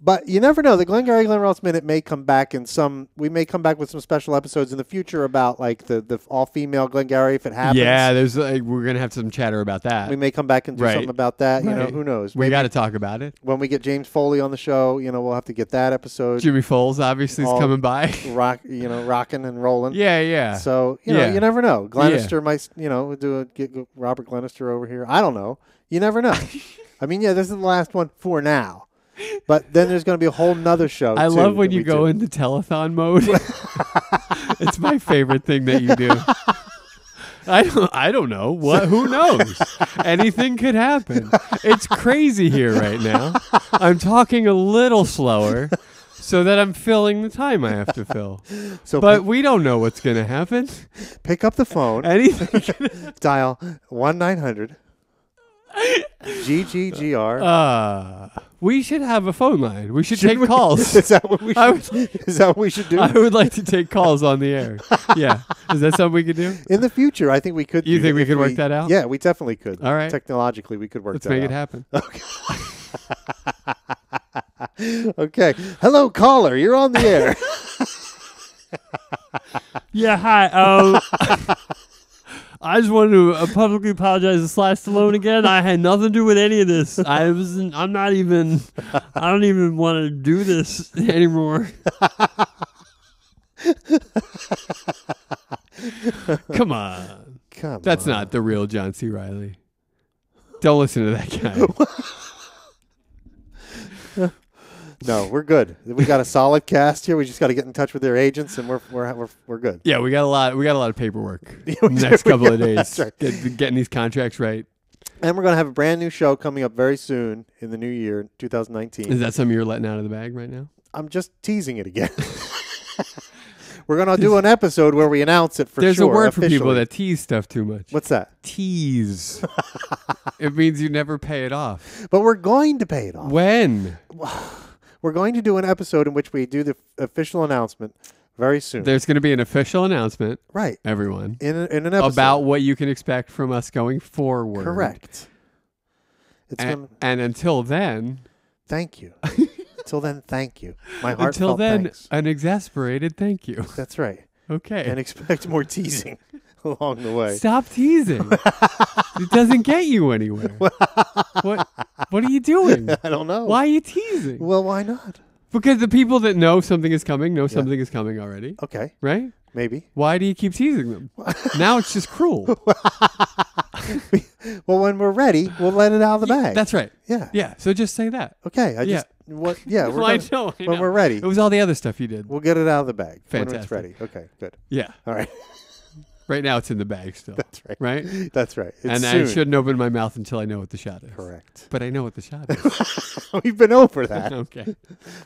B: But you never know. The Glengarry Glen Ross Minute may come back in some. We may come back with some special episodes in the future about like the, the all female Glengarry if it happens.
A: Yeah, there's like, we're gonna have some chatter about that.
B: we may come back and do
A: Right.
B: something about that. You know,
A: Right.
B: who knows?
A: we got to talk about it.
B: when we get James Foley on the show, you know, we'll have to get that episode
A: Jimmy Foles obviously is
B: All-
A: coming by.
B: rock, you know, rocking and rolling.
A: yeah, yeah.
B: So you know,
A: Uh, Yeah.
B: you never know.
A: Yeah.
B: Glenister might, you know, do a, get Robert Glenister over here. I don't know. You never know. I mean, yeah, this is the last one for now. But then there's going to be a whole nother show.
A: I
B: too,
A: love when
B: that
A: you
B: we
A: go
B: do.
A: into telethon mode. it's my favorite thing that you do. I don't, I don't know what who knows anything could happen it's crazy here right now i'm talking a little slower so that i'm filling the time i have to fill
B: So
A: but we don't know what's going to happen
B: pick, pick up the phone,
A: anything
B: dial one nine hundred GGGR.
A: uh, we should have a phone line we should,
B: Should
A: take
B: we-
A: calls
B: Is that what we
A: I
B: should, is that what we should do
A: i would like to take calls on the air yeah is that something we could do
B: in the future? I think we could.
A: You
B: do
A: think we
B: if
A: could work that out?
B: Yeah, we definitely could.
A: All right.
B: technologically, we could work.
A: let's
B: that
A: make it
B: out.
A: happen
B: Okay. Hello, caller. You're on the air.
E: Yeah, hi. Um, I just wanted to uh, publicly apologize to Sly Stallone again. I had nothing to do with any of this. I wasn't. I'm not even. I don't even want to do this anymore.
A: come on
B: Come
A: That's
B: on.
A: not the real John C. Riley. Don't listen to that guy.
B: No, we're good. We got a solid cast here. We just got to get in touch with their agents, and we're we're we're, we're good.
A: yeah, we got a lot. We got a lot of paperwork
B: we
A: next
B: do.
A: couple of days.
B: That's right.
A: Get- getting these contracts right.
B: And we're gonna have a brand new show coming up very soon in the new year,
A: Is
B: 2019.
A: that something you're letting out of the bag right now?
B: I'm just teasing it again. we're gonna do an episode where we announce it for
A: There's
B: sure.
A: a word for people
B: officially.
A: that tease stuff too much.
B: What's that?
A: tease? it means you never pay it off.
B: But we're going to pay it off.
A: When
B: We're going to do an episode in which we do the official announcement very soon.
A: there's going to be an official announcement,
B: right.
A: everyone,
B: In, a, in an episode.
A: about what you can expect from us going forward.
B: Correct. It's
A: And,
B: gonna,
A: and until then,
B: thank you. Until then, thank you. My heartfelt
A: until then,
B: thanks.
A: an exasperated thank you.
B: That's right.
A: Okay.
B: And expect more teasing along the way.
A: Stop teasing. it doesn't get you anywhere. what what are you doing?
B: I don't know.
A: Why are you teasing?
B: Well, why not?
A: because the people that know something is coming know something is coming already,
B: Okay,
A: right?
B: maybe.
A: Why do you keep teasing them? now it's just cruel.
B: Well, when we're ready, we'll let it out of the bag.
A: That's right.
B: yeah.
A: Yeah, so just say that.
B: Okay. I
A: Yeah.
B: just what? Yeah. We're
A: Well, I
B: gonna-
A: know, I
B: when
A: know.
B: we're ready,
A: It was all the other stuff you did.
B: we'll get it out of the bag when
A: Fantastic.
B: it's ready. Okay. Good.
A: Yeah.
B: All right.
A: Right now it's in the bag still.
B: That's right.
A: Right?
B: That's right. It's
A: and I
B: soon.
A: shouldn't open my mouth until I know what the shot is.
B: Correct.
A: But I know what the shot is.
B: We've been over that.
A: okay.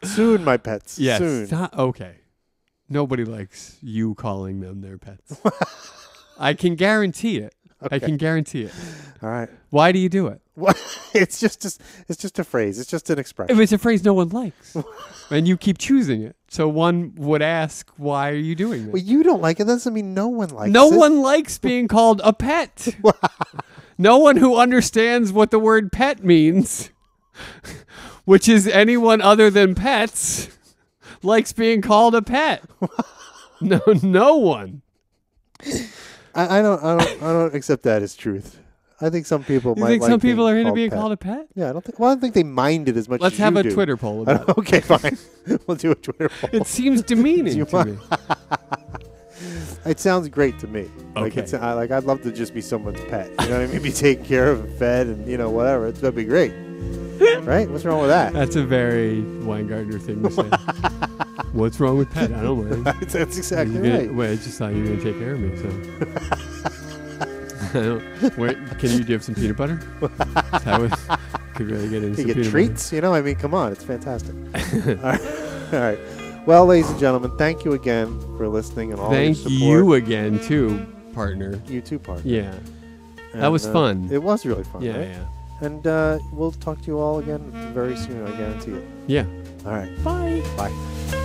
B: soon, my pets.
A: Yes.
B: Soon.
A: Stop- Okay. Nobody likes you calling them their pets. I can guarantee it. I can guarantee it.
B: All right.
A: Why do you do it?
B: What? It's just, just it's just a phrase. It's just an expression.
A: If it's a phrase no one likes, and you keep choosing it, so one would ask, "Why are you doing
B: well,
A: this?"
B: you don't like it. That doesn't mean no one likes
A: no
B: it.
A: one likes being called a pet. no one who understands what the word "pet" means, which is anyone other than pets, likes being called a pet. no, no one.
B: I, I don't. I don't. I don't accept that as truth. I think some people
A: You
B: might.
A: think
B: like
A: some people are into
B: called
A: being
B: pet.
A: called a pet?
B: Yeah, I don't think. Well, I don't think they mind it as much.
A: Let's
B: as
A: have
B: you
A: a
B: do.
A: Twitter poll
B: I
A: about it.
B: don't- okay, fine. we'll do a Twitter poll.
A: It seems demeaning
B: You
A: to
B: want-
A: me.
B: It sounds great to me. Like,
A: Okay.
B: it's, I, like I'd love to just be someone's pet. You know what I mean? Be taken care of and fed and you know whatever. It's gonna be great, right? What's wrong with that?
A: That's a very Weingartner thing to say. What's wrong with pet? I don't mind.
B: That's, that's exactly
A: You're gonna-
B: right.
A: Wait, I just thought you were gonna take care of me. So, I don't, wait, can you do you have some peanut butter? I would, could really get into
B: You
A: some
B: get
A: peanut
B: treats. You know, I mean, come on, it's fantastic. all, right. all right. Well, ladies and gentlemen, thank you again for listening and all
A: Butter. Thank
B: your
A: you
B: support.
A: again, too, partner.
B: You too, partner.
A: Yeah,
B: And,
A: that was
B: uh,
A: fun.
B: It was really fun.
A: yeah,
B: right?
A: yeah,
B: And uh, we'll talk to you all again very soon. I guarantee it.
A: yeah.
B: All right.
A: Bye.
B: Bye.